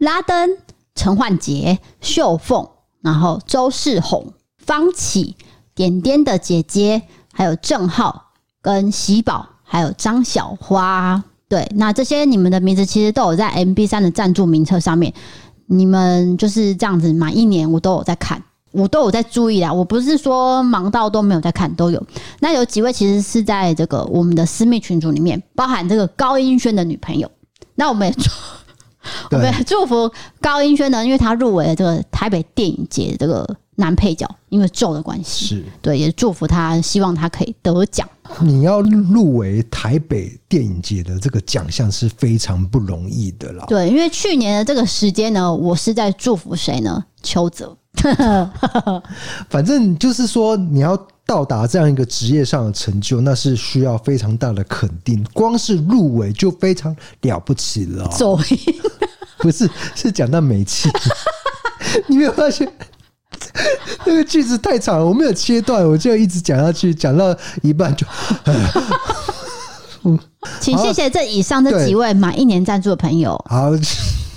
Speaker 1: 拉登、陈焕杰、秀凤，然后周世宏、方启、点点的姐姐，还有郑浩跟喜宝，还有张小花。对，那这些你们的名字其实都有在 MB 三的赞助名册上面，你们就是这样子满一年，我都有在看，我都有在注意啦。我不是说忙到都没有在看，都有。那有几位其实是在这个我们的私密群组里面，包含这个高音轩的女朋友。那我们也 祝，我
Speaker 2: 对
Speaker 1: 们也祝福高音轩呢，因为她入围了这个台北电影节这个男配角，因为咒的关系，
Speaker 2: 是。
Speaker 1: 对，也祝福她，希望她可以得奖。
Speaker 2: 你要入围台北电影节的这个奖项是非常不容易的啦。
Speaker 1: 对，因为去年的这个时间呢，我是在祝福谁呢？邱泽。
Speaker 2: 反正就是说，你要到达这样一个职业上的成就，那是需要非常大的肯定。光是入围就非常了不起了哦、
Speaker 1: 走音，
Speaker 2: 不是是讲到美气。 你没有发现那个句子太长了，我没有切断，我就一直讲下去，讲到一半就
Speaker 1: 请谢谢这以上这
Speaker 2: 对
Speaker 1: 几位满一年赞助的朋友。
Speaker 2: 好，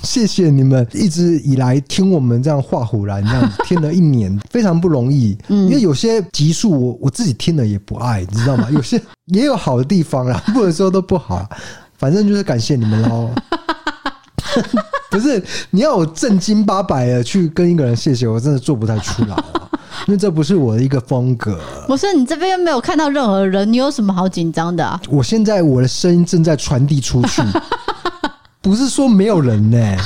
Speaker 2: 谢谢你们一直以来听我们这样画虎兰这样子听了一年，非常不容易。因为有些集数我我自己听了也不爱，你知道吗？有些也有好的地方啦，不能说都不好，啊反正就是感谢你们喽。不是你要我正经八百的去跟一个人谢谢，我真的做不太出来啊，因为这不是我的一个风格。
Speaker 1: 不是你这边又没有看到任何人，你有什么好紧张的啊？
Speaker 2: 我现在我的声音正在传递出 去，不是说没有人呢、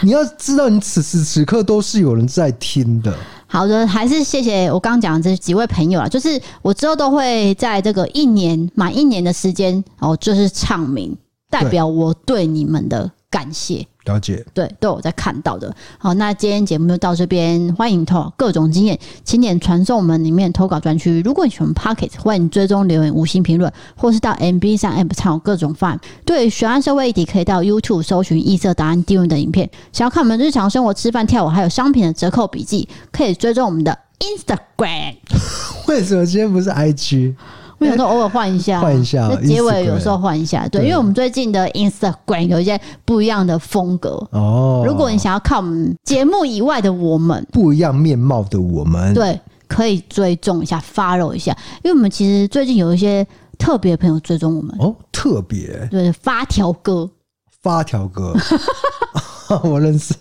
Speaker 2: 你要知道，你此时此刻都是有人在听的。
Speaker 1: 好的，还是谢谢我刚刚讲的这几位朋友啊，就是我之后都会在这个一年满一年的时间，哦，就是唱名，代表我对你们的感谢。
Speaker 2: 了解，
Speaker 1: 对，都有在看到的。好，那今天节目就到这边，欢迎投稿各种经验，请点传送门里面投稿专区。如果你喜欢 Pocket，欢迎追踪留言、五星评论，或是到 MB 上 App 参考各种范。对于悬案社会议题，可以到 YouTube 搜寻“异色答案”订阅的影片。想要看我们日常生活、吃饭、跳舞，还有商品的折扣笔记，可以追踪我们的 Instagram。
Speaker 2: 为什么今天不是 IG？
Speaker 1: 我有时候偶尔换一下，
Speaker 2: 换一下
Speaker 1: 那结尾有
Speaker 2: Instagram
Speaker 1: 时候换一下，对，
Speaker 2: 对
Speaker 1: 因为我们最近的 Instagram 有一些不一样的风格。
Speaker 2: 哦，
Speaker 1: 如果你想要看我们节目以外的我们，
Speaker 2: 不一样面貌的我们，
Speaker 1: 对，可以追踪一下，follow 一下，因为我们其实最近有一些特别的朋友追踪我们，
Speaker 2: 哦，特别
Speaker 1: 对，发条哥，
Speaker 2: 发条哥， 我认识。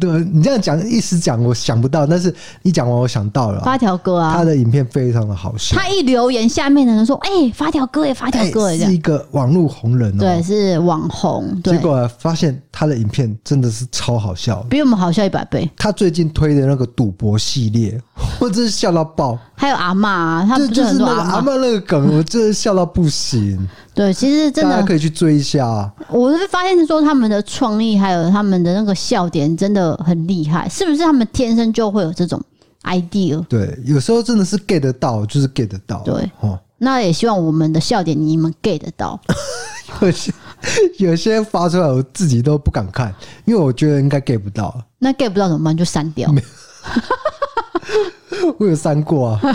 Speaker 2: 对你这样讲，一时讲我想不到，但是一讲完我想到了啊。
Speaker 1: 发条哥啊
Speaker 2: 他，的影片非常的好笑，哎
Speaker 1: 他一留言，下面的人说，哎、发条哥耶，发条哥耶，这
Speaker 2: 是哦
Speaker 1: 样，
Speaker 2: 一个网络红人哦。
Speaker 1: 对，是网红，
Speaker 2: 结
Speaker 1: 对，
Speaker 2: 果发现他的影片真的是超好笑。
Speaker 1: 比我们好笑一百倍。
Speaker 2: 他最近推的那个赌博系列， 我真是笑到爆。
Speaker 1: 还有阿嬷啊，他
Speaker 2: 这
Speaker 1: 不是
Speaker 2: 就
Speaker 1: 很
Speaker 2: 是
Speaker 1: 多
Speaker 2: 那个阿
Speaker 1: 嬷？
Speaker 2: 曼那个 梗，我真的笑到不行。
Speaker 1: 对，其实真
Speaker 2: 大家
Speaker 1: 的
Speaker 2: 可以去追一下。啊
Speaker 1: 我是发现说他们的创意还有他们的那个笑点真的很厉害，是不是他们天生就会有这种 idea？
Speaker 2: 对，有时候真的是 get 得到，就是 get 得到。
Speaker 1: 对，
Speaker 2: 哦，
Speaker 1: 那也希望我们的笑点你们 get 得到。
Speaker 2: 有些有些发出来，我自己都不敢看，因为我觉得应该 get 不到。啊
Speaker 1: 那 get 不到怎么办？就删掉。
Speaker 2: 我有删 过啊，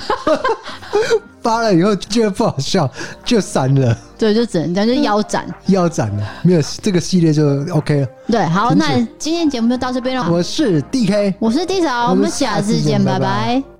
Speaker 2: 发了以后觉得不好笑，就删了，
Speaker 1: 对，就只能这样，就腰斩。
Speaker 2: 腰斩了。没有这个系列就 OK 了。
Speaker 1: 对， 好，
Speaker 2: 停止
Speaker 1: 那今天节目就到这边了。
Speaker 2: 我是 DK。
Speaker 1: 我是 D 嫂，我
Speaker 2: 我们
Speaker 1: 们下次见，
Speaker 2: 下次见
Speaker 1: 拜
Speaker 2: 拜
Speaker 1: 拜
Speaker 2: 拜